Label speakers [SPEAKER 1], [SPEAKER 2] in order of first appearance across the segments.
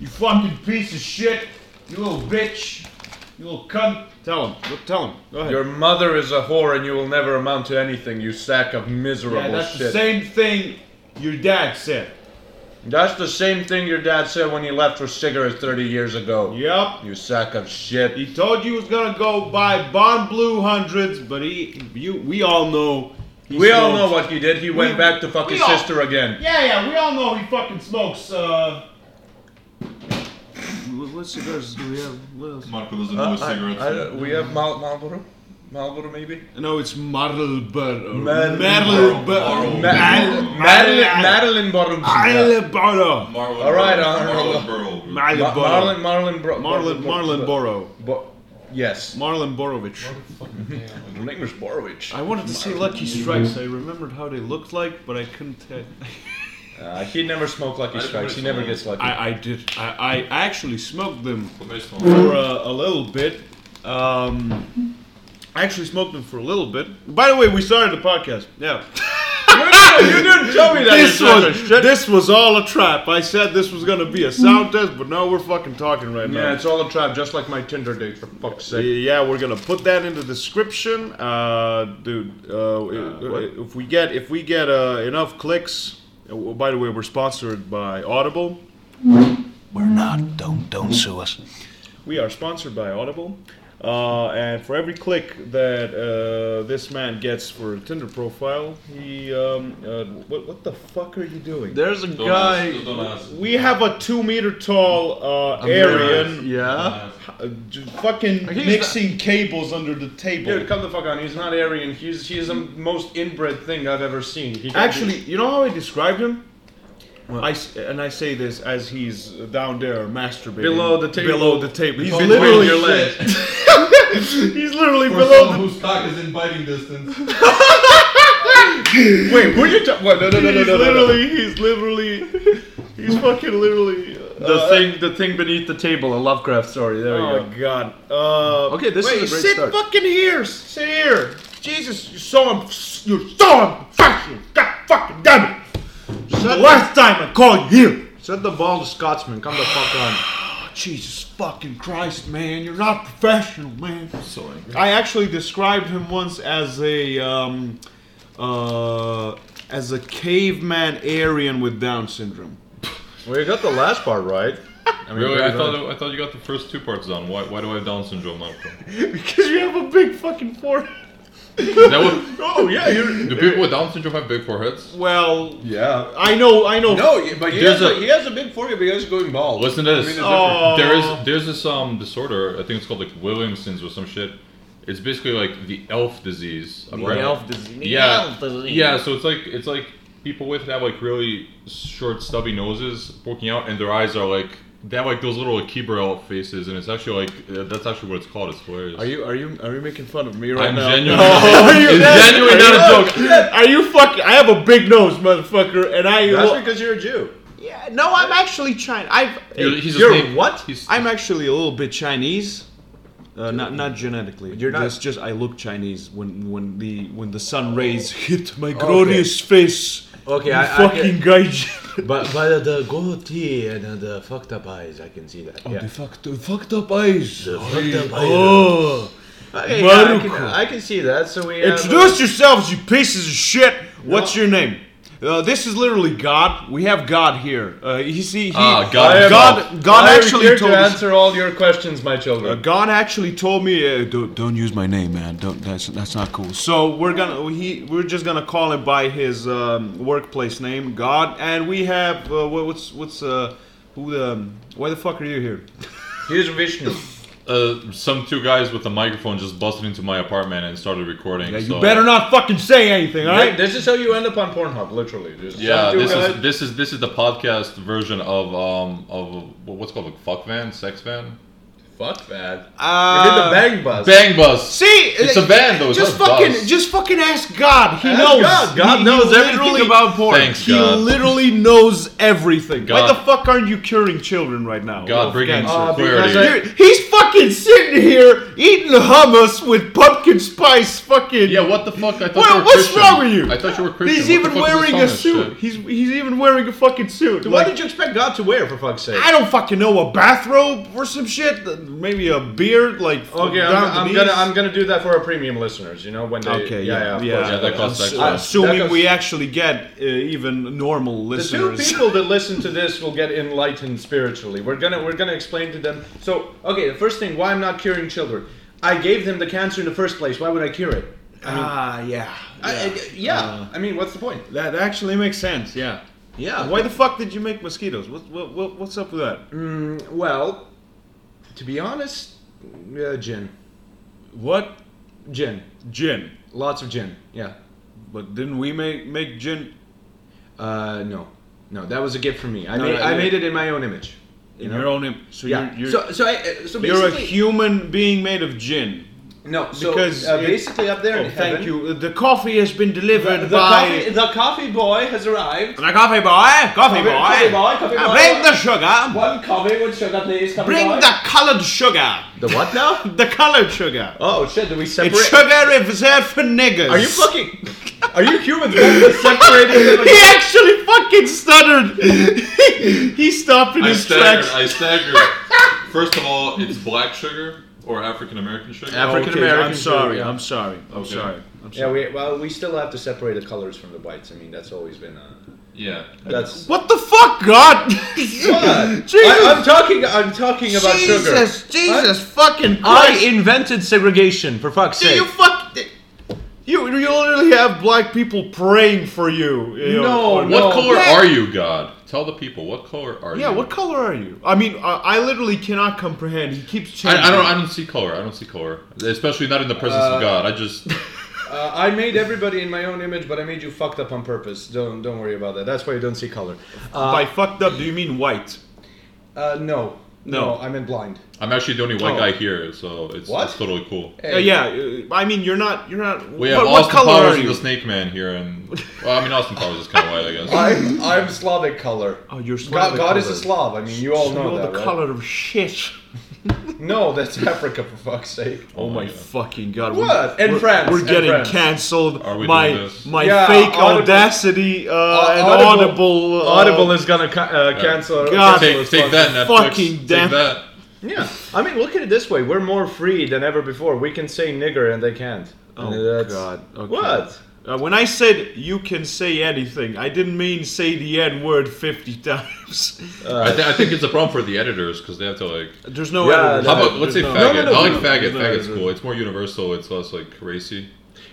[SPEAKER 1] You fucking piece of shit. You little bitch. You little cunt. Tell him. Go- Tell him. Go ahead.
[SPEAKER 2] Your mother is a whore and you will never amount to anything, you sack of miserable
[SPEAKER 1] yeah, that's the
[SPEAKER 2] shit.
[SPEAKER 1] same thing your dad said.
[SPEAKER 2] that's the same thing your dad said when he left for cigarettes 30 years ago.
[SPEAKER 1] Yep.
[SPEAKER 2] You sack of shit.
[SPEAKER 1] He told you he was gonna go buy Bond Blue hundreds, but he, you, we all know. He
[SPEAKER 2] we all know
[SPEAKER 1] smokes-
[SPEAKER 2] what he did. He went back to fuck
[SPEAKER 1] we
[SPEAKER 2] his
[SPEAKER 1] all-
[SPEAKER 2] sister again.
[SPEAKER 1] Yeah, yeah, we all know he fucking smokes. Uh, what, what cigars do we have? What else?
[SPEAKER 3] Marco doesn't
[SPEAKER 2] Uh,
[SPEAKER 3] know his
[SPEAKER 2] I-
[SPEAKER 3] cigarettes.
[SPEAKER 2] I don't- we have Mal- Marlboro? Marlboro, maybe?
[SPEAKER 1] No, it's Marlboro.
[SPEAKER 2] Marlboro.
[SPEAKER 1] Marlboro.
[SPEAKER 2] Ma-
[SPEAKER 1] Marl-
[SPEAKER 2] Madeline,
[SPEAKER 1] Marl-
[SPEAKER 2] Madeline Bottom.
[SPEAKER 1] Marlboro.
[SPEAKER 3] Marlon
[SPEAKER 2] All right,
[SPEAKER 3] Burrow.
[SPEAKER 2] honorable-
[SPEAKER 3] Marlon Burrow.
[SPEAKER 2] Ma-
[SPEAKER 1] Marlboro.
[SPEAKER 2] Marlon, Marlon, Bro-
[SPEAKER 1] Marlon, Marlon Boro.
[SPEAKER 2] Bo- yes.
[SPEAKER 1] Marlon Borovich.
[SPEAKER 2] Her name is Borowicz.
[SPEAKER 1] I wanted to say Lucky Strikes. I remembered how they looked like, but I couldn't tell.
[SPEAKER 2] Uh, he never smoked Lucky
[SPEAKER 3] I
[SPEAKER 2] Strikes. He
[SPEAKER 3] remember
[SPEAKER 2] never gets lucky.
[SPEAKER 1] I, I did. I, I actually smoked them
[SPEAKER 3] Based on-
[SPEAKER 1] for uh, a, a little bit. Um, I actually smoked them for a little bit. By the way, we started the podcast. Yeah.
[SPEAKER 2] you didn't tell me that.
[SPEAKER 1] This
[SPEAKER 2] you son of
[SPEAKER 1] was, this was all a trap. I said this was gonna be a sound test, but now we're fucking talking right
[SPEAKER 2] Yeah,
[SPEAKER 1] now.
[SPEAKER 2] it's all a trap, just like my Tinder date, for fuck's
[SPEAKER 1] Uh,
[SPEAKER 2] sake.
[SPEAKER 1] Yeah, we're gonna put that in the description, uh, dude. Uh,
[SPEAKER 2] what?
[SPEAKER 1] if we get if we get uh, enough clicks, uh, well, by the way, we're sponsored by Audible.
[SPEAKER 4] We're not. Don't don't sue us.
[SPEAKER 1] We are sponsored by Audible. Uh, and for every click that uh, this man gets for a Tinder profile, he um, uh, what, what the fuck are you doing?
[SPEAKER 4] There's a
[SPEAKER 3] Don't
[SPEAKER 4] guy.
[SPEAKER 3] ask, don't ask.
[SPEAKER 1] We have a two meter tall uh, Aryan
[SPEAKER 4] Yeah.
[SPEAKER 1] uh, j- fucking
[SPEAKER 4] He's
[SPEAKER 1] mixing cables under the table.
[SPEAKER 2] Dude, come the fuck on. He's not Aryan. He's he's the most inbred thing I've ever seen. He can
[SPEAKER 1] Actually, you know how I described him? I s and I say this as he's down there masturbating
[SPEAKER 2] Below the table.
[SPEAKER 1] Below the table. He's
[SPEAKER 2] Between
[SPEAKER 1] literally
[SPEAKER 2] your legs.
[SPEAKER 1] he's literally
[SPEAKER 3] For
[SPEAKER 1] below.
[SPEAKER 3] someone whose cock is in biting distance.
[SPEAKER 2] do- wait, who are you talking? No, no,
[SPEAKER 1] The,
[SPEAKER 2] no, no, no,
[SPEAKER 1] he's
[SPEAKER 2] no, no, no.
[SPEAKER 1] literally. He's literally. He's fucking literally. uh,
[SPEAKER 2] The thing, the thing beneath the table, a Lovecraft story. There
[SPEAKER 1] Oh
[SPEAKER 2] you go.
[SPEAKER 1] my god. Uh,
[SPEAKER 2] Okay, this
[SPEAKER 1] wait,
[SPEAKER 2] is a great
[SPEAKER 1] sit
[SPEAKER 2] start.
[SPEAKER 1] fucking here. Sit here. Jesus, you saw him. You saw him. Fucking. God fucking damn it. This is the last time I call you here.
[SPEAKER 2] Set the ball to Scotsman. Come the fuck on.
[SPEAKER 1] Jesus fucking Christ, man. You're not professional, man.
[SPEAKER 3] so angry.
[SPEAKER 1] I actually described him once as a um, uh, as a caveman Aryan with Down syndrome.
[SPEAKER 2] Well, you got the last part right. I mean,
[SPEAKER 3] Really,
[SPEAKER 2] very
[SPEAKER 3] I
[SPEAKER 2] good.
[SPEAKER 3] thought I thought you got the first two parts down. Why, why do I have Down syndrome, Marco?
[SPEAKER 1] Because you have a big fucking forehead.
[SPEAKER 3] That would,
[SPEAKER 1] Oh yeah, you're.
[SPEAKER 3] do people with Down syndrome have big foreheads?
[SPEAKER 1] Well,
[SPEAKER 2] Yeah.
[SPEAKER 1] I know, I know.
[SPEAKER 2] No, yeah, but he
[SPEAKER 3] There's
[SPEAKER 2] has, a,
[SPEAKER 3] a-
[SPEAKER 2] he has a big forehead, but he has going bald.
[SPEAKER 3] Listen to this.
[SPEAKER 2] I mean,
[SPEAKER 1] Oh.
[SPEAKER 3] there is there's this um disorder. I think it's called like Williamson's or some shit. It's basically like the elf disease.
[SPEAKER 2] E
[SPEAKER 3] apparently. Yeah, yeah. So it's like it's like people with it have like really short, stubby noses poking out, and their eyes are like they have like those little like, Keebler elf faces, and it's actually like uh, that's actually what it's called. It's hilarious.
[SPEAKER 2] Are you are you are you making fun of me right
[SPEAKER 3] I'm
[SPEAKER 2] now?
[SPEAKER 3] genuinely.
[SPEAKER 1] Are you-
[SPEAKER 3] it's
[SPEAKER 1] that's-
[SPEAKER 3] genuinely
[SPEAKER 1] are
[SPEAKER 3] not a
[SPEAKER 1] you- Are you fucking? I have a big nose, motherfucker, and I.
[SPEAKER 2] That's because you're a Jew.
[SPEAKER 1] yeah, no, I'm actually Chinese. I've.
[SPEAKER 3] You're- he's a
[SPEAKER 1] you're
[SPEAKER 3] snake.
[SPEAKER 1] what?
[SPEAKER 3] He's-
[SPEAKER 1] I'm actually a little bit Chinese. Uh, not not genetically.
[SPEAKER 2] You're not-
[SPEAKER 1] Just, just I look Chinese when when the when the sun rays hit my glorious face.
[SPEAKER 4] Okay,
[SPEAKER 1] You
[SPEAKER 4] I- I
[SPEAKER 1] fucking gaijin.
[SPEAKER 4] But but uh, the goatee and uh, the fucked up eyes, I can see that.
[SPEAKER 1] Oh,
[SPEAKER 4] yeah.
[SPEAKER 1] the fucked, the fucked up eyes.
[SPEAKER 4] The fucked up eyes.
[SPEAKER 1] Oh.
[SPEAKER 4] Okay, yeah, I, can,
[SPEAKER 1] Maruko.
[SPEAKER 4] I can see that. So we have,
[SPEAKER 1] Introduce yourselves, you pieces of shit. What's your name? Uh, this is literally God. We have God here. Uh, he see he,
[SPEAKER 3] Ah,
[SPEAKER 1] God,
[SPEAKER 3] God
[SPEAKER 1] God,
[SPEAKER 3] himself.
[SPEAKER 2] I am
[SPEAKER 1] actually
[SPEAKER 2] here
[SPEAKER 1] told
[SPEAKER 2] to
[SPEAKER 1] us-
[SPEAKER 2] answer all your questions, my
[SPEAKER 1] Uh,
[SPEAKER 2] children.
[SPEAKER 1] God actually told me uh, don't, don't use my name, man. Don't that's that's not cool. So we're gonna he we're just gonna call him by his um, workplace name, God. And we have uh, what, what's what's uh who um why the fuck are you here?
[SPEAKER 2] Here's Vishnu.
[SPEAKER 3] Uh, some two guys with a microphone just busted into my apartment and started recording.
[SPEAKER 1] Yeah, you
[SPEAKER 3] so-
[SPEAKER 1] better not fucking say anything, all right?
[SPEAKER 2] This is how you end up on Pornhub, literally. There's
[SPEAKER 3] Yeah,
[SPEAKER 2] some dude
[SPEAKER 3] this
[SPEAKER 2] that-
[SPEAKER 3] is this is this is the podcast version of um of what- what's called like fuck van, sex van,
[SPEAKER 2] fuck that.
[SPEAKER 1] Uh,
[SPEAKER 2] You did the bang bus.
[SPEAKER 3] bang bus.
[SPEAKER 1] See, uh,
[SPEAKER 3] It's a van, though, it's
[SPEAKER 1] Just
[SPEAKER 3] not a
[SPEAKER 1] fucking,
[SPEAKER 3] bus.
[SPEAKER 1] just fucking ask God. He
[SPEAKER 2] Ask
[SPEAKER 1] knows.
[SPEAKER 2] God. God
[SPEAKER 1] He- he
[SPEAKER 2] knows
[SPEAKER 1] literally-
[SPEAKER 2] everything about porn.
[SPEAKER 3] Thanks,
[SPEAKER 1] He
[SPEAKER 3] God.
[SPEAKER 1] literally knows everything. Why
[SPEAKER 3] God.
[SPEAKER 1] the fuck aren't you curing children right now?
[SPEAKER 3] God,
[SPEAKER 1] bring
[SPEAKER 3] bringing
[SPEAKER 2] Uh, because
[SPEAKER 3] clarity.
[SPEAKER 2] I-
[SPEAKER 1] He's fucking fucking sitting here eating hummus with pumpkin spice fucking.
[SPEAKER 3] Yeah, what the fuck? I thought you
[SPEAKER 1] What,
[SPEAKER 3] were
[SPEAKER 1] what's
[SPEAKER 3] Christian.
[SPEAKER 1] wrong with you?
[SPEAKER 3] I thought you were Christian.
[SPEAKER 1] He's
[SPEAKER 3] What the
[SPEAKER 1] even
[SPEAKER 3] fuck is this
[SPEAKER 1] wearing a
[SPEAKER 3] hummus
[SPEAKER 1] suit.
[SPEAKER 3] shit?
[SPEAKER 1] He's he's even wearing a fucking suit.
[SPEAKER 2] What
[SPEAKER 1] Like,
[SPEAKER 2] did you expect God to wear, for fuck's sake?
[SPEAKER 1] I don't fucking know a bathrobe or some shit. Maybe a beard, like
[SPEAKER 2] Okay, I'm,
[SPEAKER 1] down to
[SPEAKER 2] I'm
[SPEAKER 1] knees?
[SPEAKER 2] gonna I'm gonna do that for our premium listeners. You know when they
[SPEAKER 1] Okay,
[SPEAKER 2] yeah yeah,
[SPEAKER 1] yeah,
[SPEAKER 2] of
[SPEAKER 1] yeah.
[SPEAKER 2] course.
[SPEAKER 3] Yeah, that costs
[SPEAKER 1] Assu-
[SPEAKER 3] extra.
[SPEAKER 1] assuming
[SPEAKER 2] That goes-
[SPEAKER 1] we actually get uh, even normal
[SPEAKER 2] The two
[SPEAKER 1] listeners.
[SPEAKER 2] people that listen to this will get enlightened spiritually. We're gonna we're gonna explain to them. So okay, the first thing why I'm not curing children. I gave them the cancer in the first place. Why would I cure it?
[SPEAKER 1] Ah, yeah.
[SPEAKER 2] I- I,
[SPEAKER 1] yeah.
[SPEAKER 2] yeah.
[SPEAKER 1] Uh,
[SPEAKER 2] I mean, what's the point?
[SPEAKER 1] that actually makes sense. Yeah.
[SPEAKER 2] Yeah.
[SPEAKER 1] Why the fuck did you make mosquitoes? What, what, what what's up with that?
[SPEAKER 2] Mm, Well, to be honest, uh, gin,
[SPEAKER 1] What
[SPEAKER 2] gin,
[SPEAKER 1] gin?
[SPEAKER 2] lots of gin. Yeah.
[SPEAKER 1] But didn't we make make gin
[SPEAKER 2] Uh, no, no, that was a gift from me. I
[SPEAKER 1] No,
[SPEAKER 2] made
[SPEAKER 1] no,
[SPEAKER 2] I
[SPEAKER 1] yeah.
[SPEAKER 2] made it in my own image.
[SPEAKER 1] in
[SPEAKER 2] know?
[SPEAKER 1] your own? Im- so
[SPEAKER 2] Yeah.
[SPEAKER 1] you're you're,
[SPEAKER 2] so so I, uh, so basically
[SPEAKER 1] you're a human being made of gin.
[SPEAKER 2] no so,
[SPEAKER 1] because
[SPEAKER 2] uh,
[SPEAKER 1] it-
[SPEAKER 2] basically up there
[SPEAKER 1] Oh,
[SPEAKER 2] in
[SPEAKER 1] thank
[SPEAKER 2] heaven,
[SPEAKER 1] you. The coffee has been
[SPEAKER 2] The,
[SPEAKER 1] delivered
[SPEAKER 2] the
[SPEAKER 1] by
[SPEAKER 2] coffee, the coffee boy has arrived.
[SPEAKER 1] the coffee boy. Coffee
[SPEAKER 2] Coffee-
[SPEAKER 1] boy.
[SPEAKER 2] coffee boy, coffee
[SPEAKER 1] Uh,
[SPEAKER 2] boy.
[SPEAKER 1] Bring the sugar.
[SPEAKER 2] One coffee with sugar, please. Coffee
[SPEAKER 1] Bring
[SPEAKER 2] boy.
[SPEAKER 1] the colored sugar.
[SPEAKER 2] the what now?
[SPEAKER 1] The colored sugar.
[SPEAKER 2] Oh shit! Did we separate?
[SPEAKER 1] It's sugar reserved for niggas.
[SPEAKER 2] Are you fucking? Are you humans both separated?
[SPEAKER 1] He actually fucking stuttered. he stopped in
[SPEAKER 3] I
[SPEAKER 1] his
[SPEAKER 3] staggered.
[SPEAKER 1] tracks.
[SPEAKER 3] I staggered. First of all, it's black sugar or African American sugar.
[SPEAKER 2] Afri- African American
[SPEAKER 1] I'm sorry.
[SPEAKER 2] too, yeah.
[SPEAKER 1] I'm sorry. I'm
[SPEAKER 3] Okay.
[SPEAKER 1] sorry. I'm
[SPEAKER 2] Yeah,
[SPEAKER 1] sorry.
[SPEAKER 2] we, well, we still have to separate the colors from the whites. I mean, that's always been. Uh,
[SPEAKER 3] Oh, yeah.
[SPEAKER 2] that's.
[SPEAKER 1] What the fuck, God? Jesus.
[SPEAKER 2] I, am talking. I'm talking about sugar.
[SPEAKER 1] Jesus. Jesus fucking
[SPEAKER 2] I
[SPEAKER 1] Christ.
[SPEAKER 2] invented segregation. For fuck's
[SPEAKER 1] Do
[SPEAKER 2] sake.
[SPEAKER 1] you fuck? You you literally have black people praying for you. you know,
[SPEAKER 2] No,
[SPEAKER 1] or-
[SPEAKER 3] What
[SPEAKER 2] no.
[SPEAKER 3] color
[SPEAKER 1] Yeah.
[SPEAKER 3] are you, God? Tell the people. What color are
[SPEAKER 1] Yeah,
[SPEAKER 3] you?
[SPEAKER 1] what color are you? I mean, I, I literally cannot comprehend. He keeps changing.
[SPEAKER 3] I, I don't. I don't see color. I don't see color, especially not in the presence
[SPEAKER 2] Uh,
[SPEAKER 3] of God. I just.
[SPEAKER 2] Uh, I made everybody in my own image, but I made you fucked up on purpose. Don't don't worry about that. That's why you don't see color. Uh,
[SPEAKER 1] By fucked up, do you mean white?
[SPEAKER 2] uh, no,
[SPEAKER 1] No.
[SPEAKER 2] I meant blind.
[SPEAKER 3] I'm actually the only white
[SPEAKER 1] Oh.
[SPEAKER 3] guy here, so it's,
[SPEAKER 2] What?
[SPEAKER 3] it's totally cool.
[SPEAKER 1] Uh, yeah, uh, I mean, you're not. You're not.
[SPEAKER 3] We have
[SPEAKER 1] what, what
[SPEAKER 3] Austin
[SPEAKER 1] color
[SPEAKER 3] Powers
[SPEAKER 1] are
[SPEAKER 3] and
[SPEAKER 1] you?
[SPEAKER 3] the Snake Man here, and well, I mean Austin Powers is kind of white, I guess.
[SPEAKER 2] I'm I'm Slavic color.
[SPEAKER 1] Oh, you're
[SPEAKER 2] God,
[SPEAKER 1] Slavic
[SPEAKER 2] God is a
[SPEAKER 1] colored.
[SPEAKER 2] Slav. I mean, you all know
[SPEAKER 1] You're
[SPEAKER 2] that,
[SPEAKER 1] the
[SPEAKER 2] right?
[SPEAKER 1] color of shit.
[SPEAKER 2] No, that's Africa for fuck's sake.
[SPEAKER 1] Oh my fucking god!
[SPEAKER 2] What?
[SPEAKER 1] We're,
[SPEAKER 2] And
[SPEAKER 1] we're-
[SPEAKER 2] France,
[SPEAKER 1] We're
[SPEAKER 2] and
[SPEAKER 1] getting
[SPEAKER 2] France.
[SPEAKER 1] canceled.
[SPEAKER 3] Are we
[SPEAKER 1] my
[SPEAKER 3] doing this?
[SPEAKER 1] my
[SPEAKER 2] Yeah,
[SPEAKER 1] fake
[SPEAKER 2] Audible-
[SPEAKER 1] audacity uh, and
[SPEAKER 2] Audible-
[SPEAKER 1] audible. uh,
[SPEAKER 2] Audible is gonna ca- uh, cancel.
[SPEAKER 1] God.
[SPEAKER 3] Take, take that, Netflix.
[SPEAKER 1] Fucking damn-
[SPEAKER 3] Take that.
[SPEAKER 2] Yeah, I mean, look at it this way: we're more free than ever before. We can say nigger and they can't. And
[SPEAKER 1] Oh
[SPEAKER 2] that's-
[SPEAKER 1] god! Okay.
[SPEAKER 2] What?
[SPEAKER 1] Uh, when I said you can say anything, I didn't mean say the n word fifty times.
[SPEAKER 3] I, thi- I think it's a problem for the editors because they have to like.
[SPEAKER 1] There's no
[SPEAKER 2] Yeah,
[SPEAKER 1] editors.
[SPEAKER 3] How
[SPEAKER 2] No,
[SPEAKER 3] about let's say
[SPEAKER 1] there's
[SPEAKER 3] faggot?
[SPEAKER 1] no-
[SPEAKER 2] No, no, no,
[SPEAKER 3] I like
[SPEAKER 2] no, no,
[SPEAKER 3] faggot.
[SPEAKER 1] no,
[SPEAKER 3] Faggot's
[SPEAKER 1] no.
[SPEAKER 3] cool. It's more universal. It's less like racy.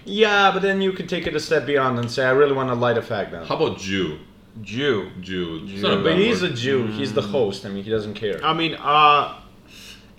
[SPEAKER 2] Yeah, but then you could take it a step beyond and say, I really want to light a fag now.
[SPEAKER 3] How about Jew?
[SPEAKER 1] Jew.
[SPEAKER 3] Jew. It's not a
[SPEAKER 2] But
[SPEAKER 3] bad
[SPEAKER 2] he's a
[SPEAKER 3] word.
[SPEAKER 2] Jew. He's the host. I mean, he doesn't care.
[SPEAKER 1] I mean, uh,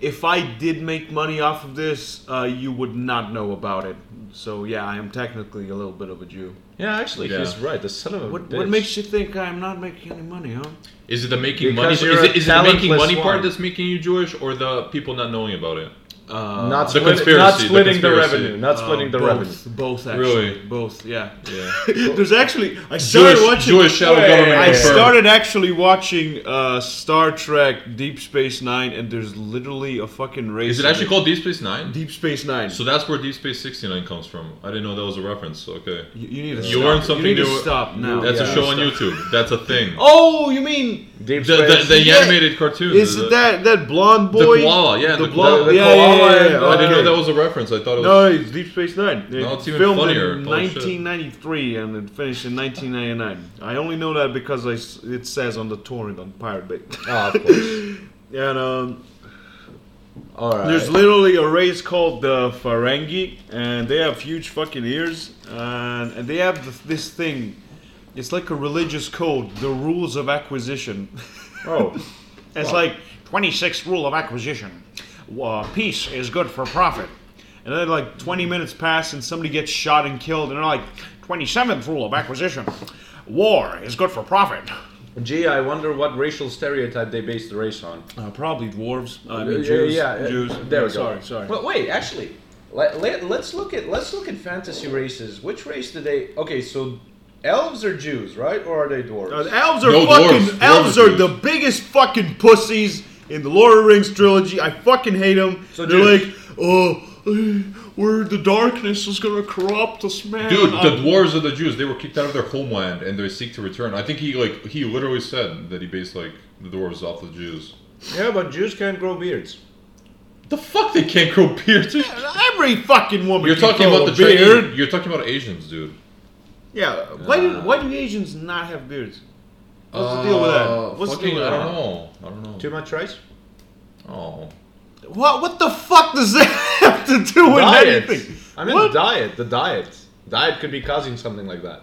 [SPEAKER 1] if I did make money off of this, uh, you would not know about it. So yeah, I am technically a little bit of a Jew.
[SPEAKER 2] Yeah, actually,
[SPEAKER 3] Yeah.
[SPEAKER 2] he's right. The son of a
[SPEAKER 1] What,
[SPEAKER 2] bitch. Uh,
[SPEAKER 1] what makes you think I'm not making any money, huh?
[SPEAKER 3] Is it the making money?
[SPEAKER 2] Because
[SPEAKER 3] Is
[SPEAKER 2] you're a
[SPEAKER 3] it, is it the making
[SPEAKER 2] talentless
[SPEAKER 3] money
[SPEAKER 2] swine.
[SPEAKER 3] part that's making you Jewish, or the people not knowing about it?
[SPEAKER 1] Uh,
[SPEAKER 2] not,
[SPEAKER 3] the
[SPEAKER 2] split-
[SPEAKER 3] conspiracy,
[SPEAKER 2] not
[SPEAKER 3] the
[SPEAKER 2] splitting the,
[SPEAKER 3] conspiracy.
[SPEAKER 2] revenue? Not
[SPEAKER 1] uh,
[SPEAKER 2] splitting the
[SPEAKER 1] both,
[SPEAKER 2] revenue.
[SPEAKER 1] Both actually.
[SPEAKER 3] Really?
[SPEAKER 1] Both, yeah.
[SPEAKER 3] Yeah.
[SPEAKER 1] There's actually I started
[SPEAKER 3] Jewish,
[SPEAKER 1] watching.
[SPEAKER 3] Jewish shadow
[SPEAKER 2] Wait,
[SPEAKER 3] government.
[SPEAKER 1] I
[SPEAKER 3] confirmed.
[SPEAKER 1] started actually watching uh, Star Trek Deep Space Nine, and there's literally a fucking race.
[SPEAKER 3] Is it
[SPEAKER 1] in
[SPEAKER 3] actually called Deep Space Nine?
[SPEAKER 1] Deep Space Nine?
[SPEAKER 3] So that's where Deep Space 69 comes from. I didn't know that was a reference. Okay.
[SPEAKER 1] you, you need to
[SPEAKER 3] You
[SPEAKER 1] stop.
[SPEAKER 3] learned something
[SPEAKER 1] you need
[SPEAKER 3] new.
[SPEAKER 1] To stop now.
[SPEAKER 3] That's
[SPEAKER 2] Yeah.
[SPEAKER 3] a show on YouTube. That's a thing.
[SPEAKER 1] Oh, you mean
[SPEAKER 2] Deep
[SPEAKER 3] the, the,
[SPEAKER 2] space.
[SPEAKER 3] the
[SPEAKER 1] Yeah.
[SPEAKER 3] animated cartoon.
[SPEAKER 1] is
[SPEAKER 3] the-
[SPEAKER 1] it that that blonde
[SPEAKER 3] The
[SPEAKER 1] boy?
[SPEAKER 3] koala, yeah. The,
[SPEAKER 1] The blonde.
[SPEAKER 3] the-
[SPEAKER 1] yeah, yeah,
[SPEAKER 2] koala
[SPEAKER 1] yeah,
[SPEAKER 2] and,
[SPEAKER 1] yeah,
[SPEAKER 2] uh,
[SPEAKER 3] I didn't know
[SPEAKER 1] okay.
[SPEAKER 3] that was a reference. I thought it
[SPEAKER 1] No,
[SPEAKER 3] was.
[SPEAKER 1] it's Deep Space Nine. It
[SPEAKER 3] No, it's even
[SPEAKER 1] filmed
[SPEAKER 3] funnier.
[SPEAKER 1] in
[SPEAKER 3] Holy shit.
[SPEAKER 1] 1993 and it finished in 1999. I only know that because I s it says on the torrent on Pirate Bay.
[SPEAKER 2] Ah, of course.
[SPEAKER 1] and um,
[SPEAKER 2] All right.
[SPEAKER 1] there's literally a race called the Ferengi, and they have huge fucking ears, and, and they have th- this thing. It's like a religious code, the rules of acquisition.
[SPEAKER 2] oh,
[SPEAKER 1] It's like 26th rule of acquisition. Uh, peace is good for profit. And then like 20 minutes pass and somebody gets shot and killed and they're like 27th rule of acquisition. War is good for profit.
[SPEAKER 2] gee, I wonder what racial stereotype they based the race on.
[SPEAKER 1] Uh, probably dwarves. uh, I
[SPEAKER 2] Uh, Yeah,
[SPEAKER 1] mean Jews.
[SPEAKER 2] yeah, yeah.
[SPEAKER 1] Jews.
[SPEAKER 2] There we go.
[SPEAKER 1] Sorry, sorry.
[SPEAKER 2] Well, wait, actually, let, let, let's look at let's look at fantasy races. Which race do they? Okay, so elves are Jews, right? Or are they dwarves?
[SPEAKER 1] Uh, elves are
[SPEAKER 3] No,
[SPEAKER 1] fucking
[SPEAKER 3] dwarves. Dwarves
[SPEAKER 1] elves
[SPEAKER 3] are
[SPEAKER 1] are
[SPEAKER 3] Jews.
[SPEAKER 1] the biggest fucking pussies in the Lord of the Rings trilogy. I fucking hate them.
[SPEAKER 2] So,
[SPEAKER 1] They're
[SPEAKER 2] dude-
[SPEAKER 1] like, oh, where the darkness is gonna corrupt us, man.
[SPEAKER 3] Dude,
[SPEAKER 1] I'm-
[SPEAKER 3] the dwarves are the Jews. They were kicked out of their homeland and they seek to return. I think he like he literally said that he based like the dwarves off the Jews.
[SPEAKER 2] Yeah, but Jews can't grow beards.
[SPEAKER 3] The fuck they can't grow beards. You're
[SPEAKER 1] Uh, Every fucking woman. can
[SPEAKER 3] talking
[SPEAKER 1] grow
[SPEAKER 3] about the
[SPEAKER 1] a beard.
[SPEAKER 3] Chinese- You're talking about Asians, dude.
[SPEAKER 1] Yeah. Why do why do Asians not have beards? What's the deal with
[SPEAKER 3] Uh,
[SPEAKER 1] that? What's the
[SPEAKER 3] fucking,
[SPEAKER 1] deal with
[SPEAKER 3] I
[SPEAKER 1] that? Uh,
[SPEAKER 3] don't know. I don't know.
[SPEAKER 2] Too much rice?
[SPEAKER 3] Oh.
[SPEAKER 1] What what the fuck does that have to do with anything?
[SPEAKER 2] I mean,
[SPEAKER 1] What?
[SPEAKER 2] the diet. The diet. Diet could be causing something like that.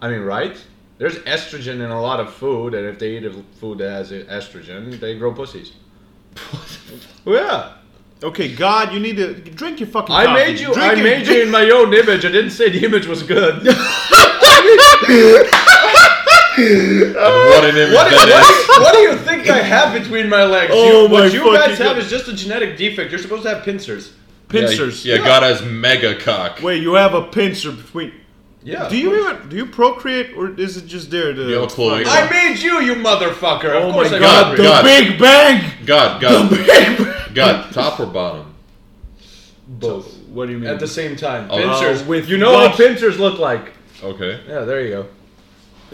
[SPEAKER 2] I mean, right? There's estrogen in a lot of food, and if they eat a food that has e-, estrogen, they grow pussies. yeah.
[SPEAKER 1] Okay, God, you need to drink your fucking.
[SPEAKER 2] I
[SPEAKER 1] coffee.
[SPEAKER 2] made you.
[SPEAKER 1] Drink
[SPEAKER 2] I
[SPEAKER 1] your-
[SPEAKER 2] made you in my own image. I didn't say the image was good.
[SPEAKER 3] What an image
[SPEAKER 2] What,
[SPEAKER 3] that is.
[SPEAKER 2] what, what do you think I have between my legs?
[SPEAKER 1] Oh
[SPEAKER 2] you,
[SPEAKER 1] my
[SPEAKER 2] what you guys
[SPEAKER 1] fucking
[SPEAKER 2] have
[SPEAKER 1] God.
[SPEAKER 2] is just a genetic defect. You're supposed to have pincers.
[SPEAKER 1] pincers.
[SPEAKER 3] Yeah, yeah, God has mega cock.
[SPEAKER 1] Wait, you have a pincer between.
[SPEAKER 2] Yeah.
[SPEAKER 1] Do you even do you procreate or is it just there to?
[SPEAKER 3] You have a cloaca.
[SPEAKER 2] I made you, you motherfucker.
[SPEAKER 1] oh
[SPEAKER 2] of course
[SPEAKER 1] my God,
[SPEAKER 2] I got
[SPEAKER 1] the
[SPEAKER 2] rid.
[SPEAKER 3] God.
[SPEAKER 1] Big Bang.
[SPEAKER 3] God,
[SPEAKER 1] The
[SPEAKER 3] God,
[SPEAKER 1] Big Bang.
[SPEAKER 3] God, top or bottom?
[SPEAKER 2] both
[SPEAKER 1] What do you mean?
[SPEAKER 2] at the same time.
[SPEAKER 3] Oh.
[SPEAKER 2] Pincers.
[SPEAKER 1] Oh, with
[SPEAKER 2] you know
[SPEAKER 1] both.
[SPEAKER 2] Uh, what pincers look like.
[SPEAKER 3] Okay.
[SPEAKER 2] Yeah, there you go.